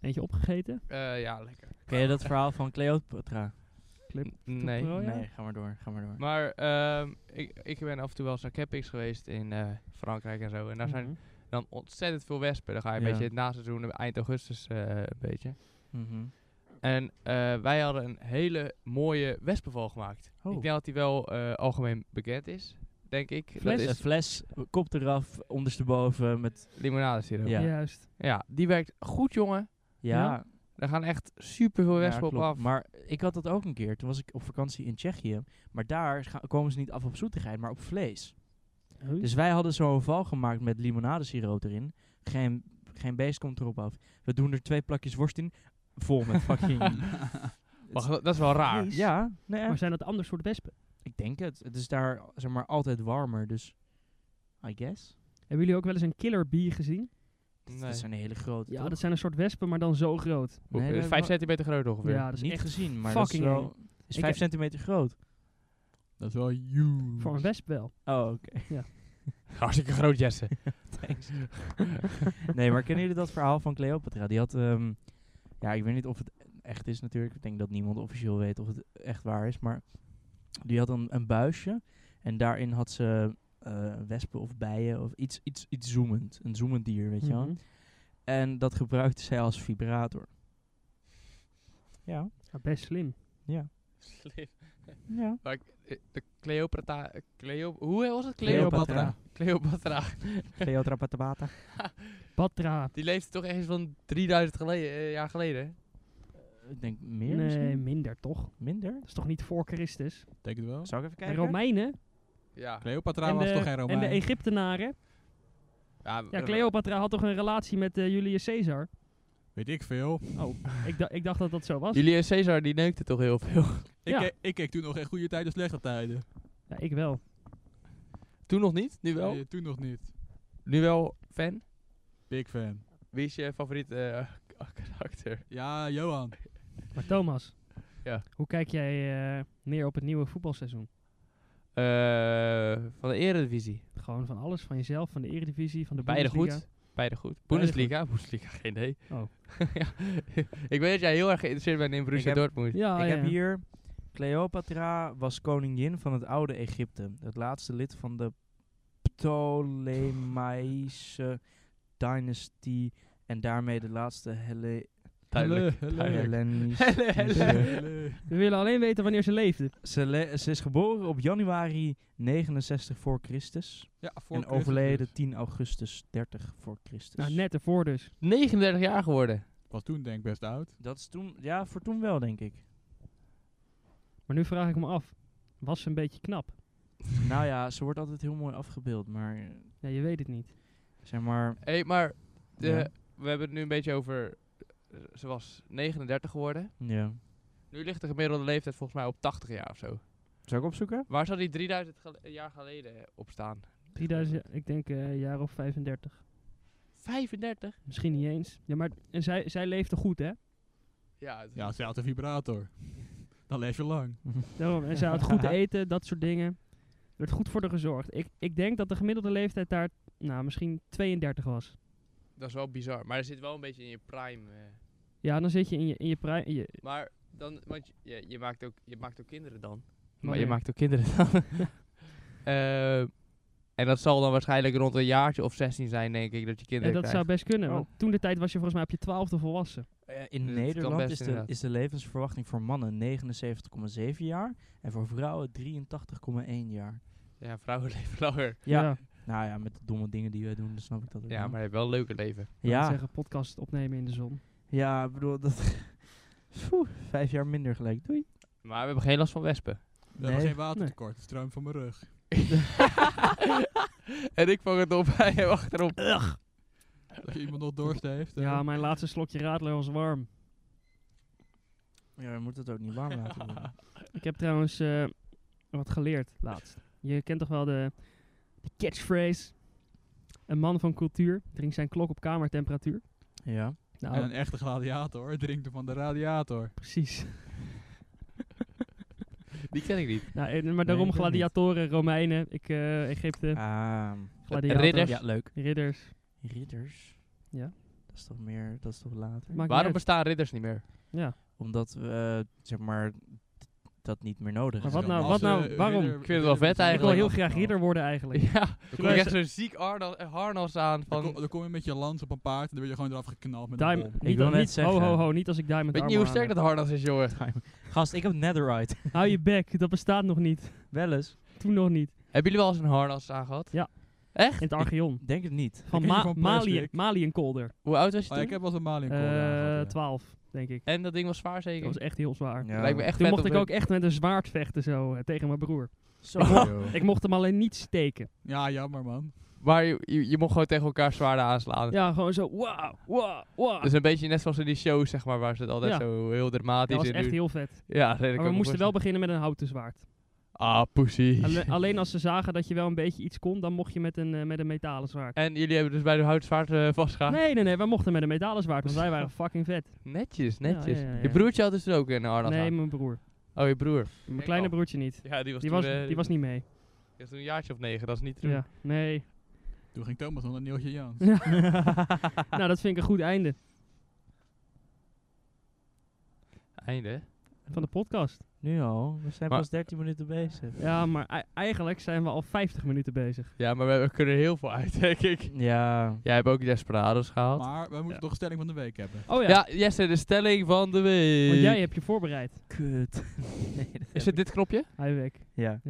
[SPEAKER 4] Eentje opgegeten.
[SPEAKER 5] Eh, ja, lekker.
[SPEAKER 3] Ken je dat verhaal van Cleopatra?
[SPEAKER 4] Clip.
[SPEAKER 5] Nee.
[SPEAKER 4] Oh ja?
[SPEAKER 3] Nee, ga maar door, ga maar door.
[SPEAKER 5] Maar ehm, ik, ik ben af en toe wel eens naar campings geweest in eh, Frankrijk en zo. En daar zijn
[SPEAKER 4] Mhm.
[SPEAKER 5] dan ontzettend veel wespen. Dan ga je een
[SPEAKER 3] Ja.
[SPEAKER 5] beetje het naseizoen, eind augustus eh, een beetje.
[SPEAKER 3] Mhm.
[SPEAKER 5] En eh, wij hadden een hele mooie wespenval gemaakt.
[SPEAKER 3] Oh.
[SPEAKER 5] Ik denk dat die wel eh, algemeen bekend is, denk ik.
[SPEAKER 3] Fles,
[SPEAKER 5] Dat
[SPEAKER 3] een
[SPEAKER 5] is
[SPEAKER 3] fles, kop eraf, ondersteboven met...
[SPEAKER 5] limonade siroop. Ja.
[SPEAKER 3] Ja.
[SPEAKER 4] Juist.
[SPEAKER 5] die werkt goed, jongen.
[SPEAKER 3] Ja,
[SPEAKER 5] Daar gaan echt super veel
[SPEAKER 3] ja,
[SPEAKER 5] wespen op
[SPEAKER 3] klopt.
[SPEAKER 5] af.
[SPEAKER 3] Maar ik had dat ook een keer. Toen was ik op vakantie in Tsjechië. Maar daar scha- komen ze niet af op zoetigheid, maar op vlees. Dus wij hadden zo'n val gemaakt met limonadesiroop erin. Geen, geen beest komt erop af. We doen er twee plakjes worst in. Vol met fucking...
[SPEAKER 5] Wacht, dat dat is wel raar.
[SPEAKER 3] ja, nee,
[SPEAKER 4] Maar zijn dat ander soort wespen?
[SPEAKER 3] ik denk het. Het is daar zeg maar altijd warmer, dus... I guess.
[SPEAKER 4] Hebben jullie ook wel eens een killer bee gezien?
[SPEAKER 3] Dat,
[SPEAKER 5] Nee.
[SPEAKER 3] dat zijn hele grote,
[SPEAKER 4] Ja,
[SPEAKER 3] toch?
[SPEAKER 4] dat zijn een soort wespen, maar dan zo groot.
[SPEAKER 5] Hoe-
[SPEAKER 3] Nee,
[SPEAKER 5] eh,
[SPEAKER 3] dat
[SPEAKER 5] vijf
[SPEAKER 3] wa-
[SPEAKER 5] centimeter groot ongeveer.
[SPEAKER 4] Ja, dat is
[SPEAKER 3] niet
[SPEAKER 4] echt
[SPEAKER 3] gezien, maar dat is
[SPEAKER 4] fucking
[SPEAKER 3] wel... Is
[SPEAKER 4] Ik
[SPEAKER 3] 5
[SPEAKER 4] heb-
[SPEAKER 3] centimeter groot.
[SPEAKER 1] Dat is wel you.
[SPEAKER 4] voor een wesp wel.
[SPEAKER 3] Oh, oké.
[SPEAKER 5] Hartstikke groot, Jesse.
[SPEAKER 3] Thanks. nee, maar kennen jullie dat verhaal van Cleopatra? Die had, ehm, ja, ik weet niet of het echt is natuurlijk. Ik denk dat niemand officieel weet of het echt waar is. Maar die had een, een buisje en daarin had ze eh, wespen of bijen of iets, iets, iets zoemend. Een zoemend dier, weet je wel.
[SPEAKER 4] Mhm.
[SPEAKER 3] En dat gebruikte zij als vibrator. Ja,
[SPEAKER 4] Ja, best slim.
[SPEAKER 3] ja,
[SPEAKER 5] Slim.
[SPEAKER 3] ja.
[SPEAKER 5] Maar ik- eh, de Cleopatra... Cleo, hoe was het?
[SPEAKER 3] Cleopatra.
[SPEAKER 5] Cleopatra.
[SPEAKER 3] Cleopatra Patabata.
[SPEAKER 4] Batra.
[SPEAKER 5] Die leefde toch ergens van 3000 geleden, eh, jaar geleden?
[SPEAKER 3] Ik denk meer
[SPEAKER 4] Nee,
[SPEAKER 3] misschien?
[SPEAKER 4] minder toch?
[SPEAKER 3] Minder?
[SPEAKER 4] Dat is toch niet voor Christus?
[SPEAKER 1] Denk het wel.
[SPEAKER 3] Zal ik even
[SPEAKER 4] De
[SPEAKER 3] kijken?
[SPEAKER 4] Romeinen
[SPEAKER 5] Ja.
[SPEAKER 1] Cleopatra
[SPEAKER 4] en,
[SPEAKER 1] was
[SPEAKER 4] de,
[SPEAKER 1] toch geen Romein?
[SPEAKER 4] en de Egyptenaren.
[SPEAKER 5] Ja,
[SPEAKER 4] Ja, Cleopatra had toch een relatie met eh, Julius Caesar?
[SPEAKER 1] Weet ik veel.
[SPEAKER 4] Oh, ik, da- ik dacht dat dat zo was.
[SPEAKER 5] Julius Caesar, die neukte toch heel veel?
[SPEAKER 1] Ik,
[SPEAKER 4] Ja.
[SPEAKER 1] keek, ik keek toen nog geen goede tijden, slechte tijden.
[SPEAKER 4] Ja, ik wel.
[SPEAKER 5] Toen nog niet, nu wel.
[SPEAKER 1] Nee, Eh, toen nog niet.
[SPEAKER 5] Nu wel fan.
[SPEAKER 1] Big fan.
[SPEAKER 5] Wie is je favoriete eh, k- karakter?
[SPEAKER 1] Ja, Johan.
[SPEAKER 4] Maar Thomas,
[SPEAKER 5] Ja.
[SPEAKER 4] hoe kijk jij eh, neer op het nieuwe voetbalseizoen?
[SPEAKER 5] Eh, van de Eredivisie.
[SPEAKER 4] Gewoon van alles, van jezelf, van de Eredivisie, van de
[SPEAKER 5] Beide
[SPEAKER 4] Bundesliga.
[SPEAKER 5] goed. Beide goed. Bundesliga? Bundesliga, geen idee.
[SPEAKER 4] Oh.
[SPEAKER 5] ja. Ik weet dat jij heel erg geïnteresseerd bent in Borussia
[SPEAKER 3] heb-
[SPEAKER 5] Dortmund.
[SPEAKER 4] Ja,
[SPEAKER 3] ik
[SPEAKER 4] oh, ja.
[SPEAKER 3] heb hier. Cleopatra was koningin van het oude Egypte. Het laatste lid van de Ptolemaïsche dynastie. En daarmee de laatste Helle
[SPEAKER 5] Duidelijk.
[SPEAKER 1] Hele, hele.
[SPEAKER 5] duidelijk.
[SPEAKER 3] Hellenische.
[SPEAKER 1] Hele.
[SPEAKER 4] We willen alleen weten wanneer ze leefde.
[SPEAKER 3] Ze, le- ze is geboren op januari 69 voor Christus.
[SPEAKER 1] Ja, voor
[SPEAKER 3] en
[SPEAKER 1] Christus
[SPEAKER 3] overleden
[SPEAKER 1] dus.
[SPEAKER 3] 10 augustus 30 voor Christus.
[SPEAKER 4] Nou, net ervoor dus.
[SPEAKER 5] 39 jaar geworden.
[SPEAKER 1] Was toen denk ik best oud.
[SPEAKER 3] Dat is toen, ja, voor toen wel, denk ik.
[SPEAKER 4] Maar nu vraag ik me af, was ze een beetje knap?
[SPEAKER 3] nou ja, ze wordt altijd heel mooi afgebeeld, maar eh,
[SPEAKER 4] Ja, je weet het niet.
[SPEAKER 3] zeg maar.
[SPEAKER 5] Hé, maar de-
[SPEAKER 3] Ja.
[SPEAKER 5] we hebben het nu een beetje over... eh, Ze was 39 geworden.
[SPEAKER 3] Ja.
[SPEAKER 5] Nu ligt de gemiddelde leeftijd volgens mij op 80 jaar of zo.
[SPEAKER 3] Zou ik opzoeken?
[SPEAKER 5] Waar zou die 3000 gel- eh, jaar geleden op staan?
[SPEAKER 4] 3000, ja- ik denk eh, een jaar of 35.
[SPEAKER 5] 35?
[SPEAKER 4] Misschien niet eens. Ja, maar en zij, zij leefde goed, hè?
[SPEAKER 5] Ja, het-
[SPEAKER 1] Ja, ze had een vibrator. Dan leef je lang.
[SPEAKER 4] Daarom. En zij had goed eten, dat soort dingen. Er werd goed voor haar gezorgd. Ik, ik denk dat de gemiddelde leeftijd daar, nou, misschien 32 was.
[SPEAKER 5] dat is wel bizar. Maar er zit wel een beetje in je prime. eh.
[SPEAKER 4] Ja, dan zit je in je, in je, pri- in je
[SPEAKER 5] Maar Dan, want je- je, je, maakt ook, je maakt ook kinderen dan. Maar
[SPEAKER 4] Wanneer?
[SPEAKER 5] je maakt ook kinderen dan. Eh, en dat zal dan waarschijnlijk rond een jaartje of 16 zijn, denk ik, dat je
[SPEAKER 4] En
[SPEAKER 5] kinderen
[SPEAKER 4] dat zou best
[SPEAKER 5] krijgt.
[SPEAKER 4] kunnen,
[SPEAKER 3] Oh.
[SPEAKER 4] want toen de tijd was je volgens mij op je twaalfde volwassen.
[SPEAKER 3] Eh, in
[SPEAKER 5] kan
[SPEAKER 3] Nederland
[SPEAKER 5] best
[SPEAKER 3] is de,
[SPEAKER 5] inderdaad.
[SPEAKER 3] is de levensverwachting voor mannen 79,7 jaar en voor vrouwen 83,1 jaar.
[SPEAKER 5] Ja, vrouwen leven langer.
[SPEAKER 3] Ja. Nou ja, met de domme dingen die wij doen, dan snap ik dat ook
[SPEAKER 4] Mhm.
[SPEAKER 5] Ja,
[SPEAKER 3] wel.
[SPEAKER 5] maar je hebt wel een leuke leven.
[SPEAKER 4] ja.
[SPEAKER 3] ja,
[SPEAKER 4] zeggen podcast opnemen in de zon.
[SPEAKER 3] ja, ik bedoel, dat... Phew, vijf jaar minder gelijk, doei.
[SPEAKER 5] Maar we hebben geen last van wespen.
[SPEAKER 1] We hebben
[SPEAKER 3] Nee.
[SPEAKER 1] geen watertekort, het stroomt van mijn rug.
[SPEAKER 5] en ik vang het op bij hem achterop.
[SPEAKER 1] Als je iemand nog dorst heeft. eh,
[SPEAKER 4] Ja, mijn laatste slokje radler was warm.
[SPEAKER 3] Ja, je moet het ook niet warm laten worden.
[SPEAKER 4] Ik heb trouwens eh, wat geleerd laatst. Je kent toch wel de, de catchphrase. Een man van cultuur drinkt zijn klok op kamertemperatuur.
[SPEAKER 3] Ja.
[SPEAKER 4] Nou,
[SPEAKER 1] En een echte gladiator drinkt er van de radiator.
[SPEAKER 4] precies.
[SPEAKER 5] Die ken ik niet.
[SPEAKER 4] Nou, eh, maar daarom
[SPEAKER 3] ik ook niet.
[SPEAKER 4] gladiatoren, Romeinen, ik, eh Egypte,
[SPEAKER 3] Ah,
[SPEAKER 4] gladiator,
[SPEAKER 5] ridders.
[SPEAKER 3] ja, leuk.
[SPEAKER 4] ridders.
[SPEAKER 3] Ridders.
[SPEAKER 4] Ja.
[SPEAKER 3] Dat is toch meer, dat is toch later?
[SPEAKER 4] Maakt
[SPEAKER 5] Waarom
[SPEAKER 4] niet uit.
[SPEAKER 5] bestaan ridders niet meer?
[SPEAKER 4] Ja.
[SPEAKER 3] Omdat we, eh, zeg maar, d- dat niet meer nodig
[SPEAKER 4] Maar
[SPEAKER 3] is.
[SPEAKER 4] wat nou-
[SPEAKER 1] Als,
[SPEAKER 4] wat
[SPEAKER 1] eh,
[SPEAKER 4] nou- waarom?
[SPEAKER 1] ridder-
[SPEAKER 5] Ik vind het wel
[SPEAKER 1] ridder-
[SPEAKER 5] Oh. vet
[SPEAKER 4] Ik wil
[SPEAKER 5] eigenlijk.
[SPEAKER 4] heel graag ridder worden eigenlijk.
[SPEAKER 5] Ja, dan kom je
[SPEAKER 4] Luister.
[SPEAKER 5] echt zo'n ziek harnas, harnas aan
[SPEAKER 1] Dan kom,
[SPEAKER 5] van...
[SPEAKER 1] dan kom je met je lans op een paard en dan word je gewoon eraf geknald met een bom.
[SPEAKER 4] Diamond, niet,
[SPEAKER 3] wil
[SPEAKER 4] niet,
[SPEAKER 3] net zeggen.
[SPEAKER 4] Ho, ho, ho, niet als ik Diamond
[SPEAKER 5] Weet je
[SPEAKER 4] armor
[SPEAKER 5] hoe sterk
[SPEAKER 4] aan
[SPEAKER 5] dat harnas is, jongen?
[SPEAKER 3] Gast, ik heb netherite.
[SPEAKER 4] heb. Hou je bek, dat bestaat nog niet.
[SPEAKER 3] Wel eens.
[SPEAKER 4] Toen nog niet.
[SPEAKER 5] Hebben jullie wel eens een harnas aan gehad?
[SPEAKER 4] Ja.
[SPEAKER 5] Echt?
[SPEAKER 4] In het Archeon.
[SPEAKER 3] Ik Denk het niet.
[SPEAKER 4] Van,
[SPEAKER 1] ken die
[SPEAKER 4] Ma
[SPEAKER 1] van
[SPEAKER 4] Malië-
[SPEAKER 1] Perswijk.
[SPEAKER 4] Maliënkolder.
[SPEAKER 5] Hoe oud was
[SPEAKER 1] Oh,
[SPEAKER 5] je
[SPEAKER 1] ja,
[SPEAKER 5] toen?
[SPEAKER 1] ik heb wel eens een Maliën
[SPEAKER 4] Eh 12, denk ik.
[SPEAKER 5] En dat ding was zwaar
[SPEAKER 4] Dat
[SPEAKER 5] zeker?
[SPEAKER 4] was echt heel zwaar.
[SPEAKER 3] Ja.
[SPEAKER 5] Lijkt me echt
[SPEAKER 4] Toen
[SPEAKER 5] vet
[SPEAKER 4] mocht
[SPEAKER 5] om
[SPEAKER 4] ik
[SPEAKER 5] te-
[SPEAKER 4] ook echt met een zwaard vechten zo eh, tegen mijn broer.
[SPEAKER 3] Zo.
[SPEAKER 4] Ik mocht hem alleen niet steken.
[SPEAKER 1] Ja, jammer man.
[SPEAKER 5] Maar je, je, je mocht gewoon tegen elkaar zwaarden aanslaan.
[SPEAKER 4] Ja, gewoon zo wauw, wauw, wauw.
[SPEAKER 5] Dat is een beetje net zoals in die shows, zeg maar, waar ze het altijd
[SPEAKER 4] Ja.
[SPEAKER 5] zo heel dramatisch
[SPEAKER 4] Dat was
[SPEAKER 5] in
[SPEAKER 4] echt
[SPEAKER 5] doen.
[SPEAKER 4] heel vet.
[SPEAKER 5] Ja, dat weet ik
[SPEAKER 4] Maar we
[SPEAKER 5] ook
[SPEAKER 4] moesten wel
[SPEAKER 5] nog
[SPEAKER 4] beginnen met een houten zwaard.
[SPEAKER 5] wel. Ah, pussy.
[SPEAKER 4] Alle- alleen als ze zagen dat je wel een beetje iets kon, dan mocht je met een, eh, met een metalen zwaard.
[SPEAKER 5] En jullie hebben dus bij de houtzwaard eh vastgegaan?
[SPEAKER 4] Nee, nee, nee, we mochten met een metalen zwaard, want wij waren fucking vet.
[SPEAKER 5] Netjes, netjes.
[SPEAKER 4] ja, ja, ja.
[SPEAKER 5] Je broertje had dus ook een harnas
[SPEAKER 4] Nee,
[SPEAKER 5] aan.
[SPEAKER 4] mijn broer.
[SPEAKER 5] Oh, je broer.
[SPEAKER 4] Mijn kleine
[SPEAKER 5] al.
[SPEAKER 4] broertje niet.
[SPEAKER 5] Ja, die oh. was,
[SPEAKER 4] Die
[SPEAKER 5] toen,
[SPEAKER 4] was,
[SPEAKER 5] eh,
[SPEAKER 4] die was niet mee.
[SPEAKER 5] die was toen een jaartje of negen, dat is niet true.
[SPEAKER 4] Ja, nee.
[SPEAKER 1] Toen ging Thomas onder Neeltje Jans.
[SPEAKER 4] nou, dat vind ik een goed einde
[SPEAKER 5] Einde.
[SPEAKER 4] van de podcast.
[SPEAKER 3] nu al. We zijn
[SPEAKER 5] Maar-
[SPEAKER 3] pas 13 minuten bezig.
[SPEAKER 4] Ja, maar ei- eigenlijk zijn we al 50 minuten bezig.
[SPEAKER 5] Ja, maar we, we kunnen er heel veel uit, denk ik.
[SPEAKER 3] Ja.
[SPEAKER 5] Jij hebt ook Desperados gehaald.
[SPEAKER 1] Maar we moeten
[SPEAKER 4] Ja.
[SPEAKER 1] toch een stelling van de week hebben.
[SPEAKER 4] Oh ja,
[SPEAKER 5] ja, Jesse, de stelling van de week.
[SPEAKER 4] want jij hebt je voorbereid.
[SPEAKER 3] Kut. Nee, dat
[SPEAKER 5] Is
[SPEAKER 3] heb
[SPEAKER 5] het
[SPEAKER 3] ik-
[SPEAKER 5] dit knopje?
[SPEAKER 4] Hij weg.
[SPEAKER 3] Ja.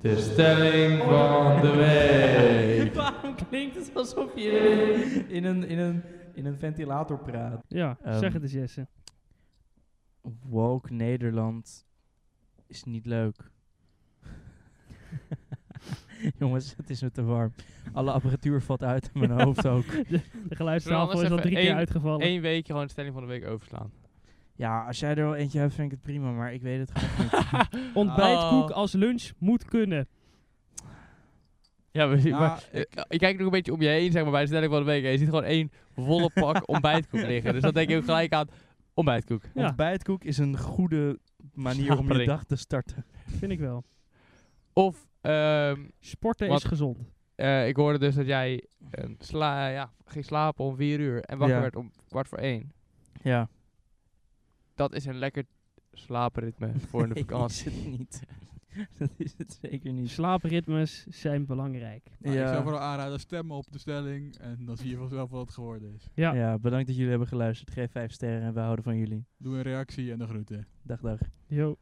[SPEAKER 5] De stelling van de week.
[SPEAKER 3] Waarom klinkt het alsof je in een, in een, in een, in een ventilator praat?
[SPEAKER 4] Ja,
[SPEAKER 3] Ehm,
[SPEAKER 4] zeg het eens Jesse.
[SPEAKER 3] Woke Nederland is niet leuk. Jongens, het is me te warm. Alle apparatuur valt uit mijn hoofd ook.
[SPEAKER 4] De geluidstafel
[SPEAKER 5] Zullen we
[SPEAKER 4] is al drie
[SPEAKER 5] anders even
[SPEAKER 4] keer
[SPEAKER 5] één-
[SPEAKER 4] uitgevallen.
[SPEAKER 5] Eén weekje gewoon de stelling van de week overslaan.
[SPEAKER 3] Ja, als jij er wel eentje hebt, vind ik het prima, maar ik weet het gewoon niet.
[SPEAKER 5] Nou, Oh.
[SPEAKER 4] Ontbijtkoek als lunch moet kunnen.
[SPEAKER 5] Ja, maar,
[SPEAKER 1] Ja,
[SPEAKER 5] maar-
[SPEAKER 1] ik-
[SPEAKER 5] eh, je kijkt nog een beetje om je heen, zeg maar, bij de stelling van de week. En je ziet gewoon één volle pak ontbijtkoek liggen. Dus dan denk je ook gelijk aan ontbijtkoek.
[SPEAKER 4] Ja.
[SPEAKER 3] Ontbijtkoek is een goede manier om je
[SPEAKER 5] Snapering.
[SPEAKER 3] dag te starten.
[SPEAKER 4] Vind ik wel.
[SPEAKER 5] Of, ehm,
[SPEAKER 4] Sporten
[SPEAKER 5] Wat-
[SPEAKER 4] is gezond.
[SPEAKER 5] eh, ik hoorde dus dat jij eh, sla ja, ging slapen om vier uur en wakker
[SPEAKER 3] Ja.
[SPEAKER 5] werd om kwart voor één.
[SPEAKER 3] Ja.
[SPEAKER 5] Dat is een lekker slaapritme voor de
[SPEAKER 3] Nee, dat
[SPEAKER 5] vakantie.
[SPEAKER 3] is het niet. dat is het zeker niet.
[SPEAKER 4] Slaapritmes zijn belangrijk.
[SPEAKER 1] Maar Nou, Ik
[SPEAKER 3] Ja.
[SPEAKER 1] zou vooral aanraden, stemmen op de stelling en dan zie je vanzelf wat het geworden is.
[SPEAKER 4] Ja.
[SPEAKER 3] Ja, bedankt dat jullie hebben geluisterd. Geef vijf sterren en we houden van jullie.
[SPEAKER 1] Doe een reactie en de groeten.
[SPEAKER 3] Dag, dag.
[SPEAKER 4] Yo.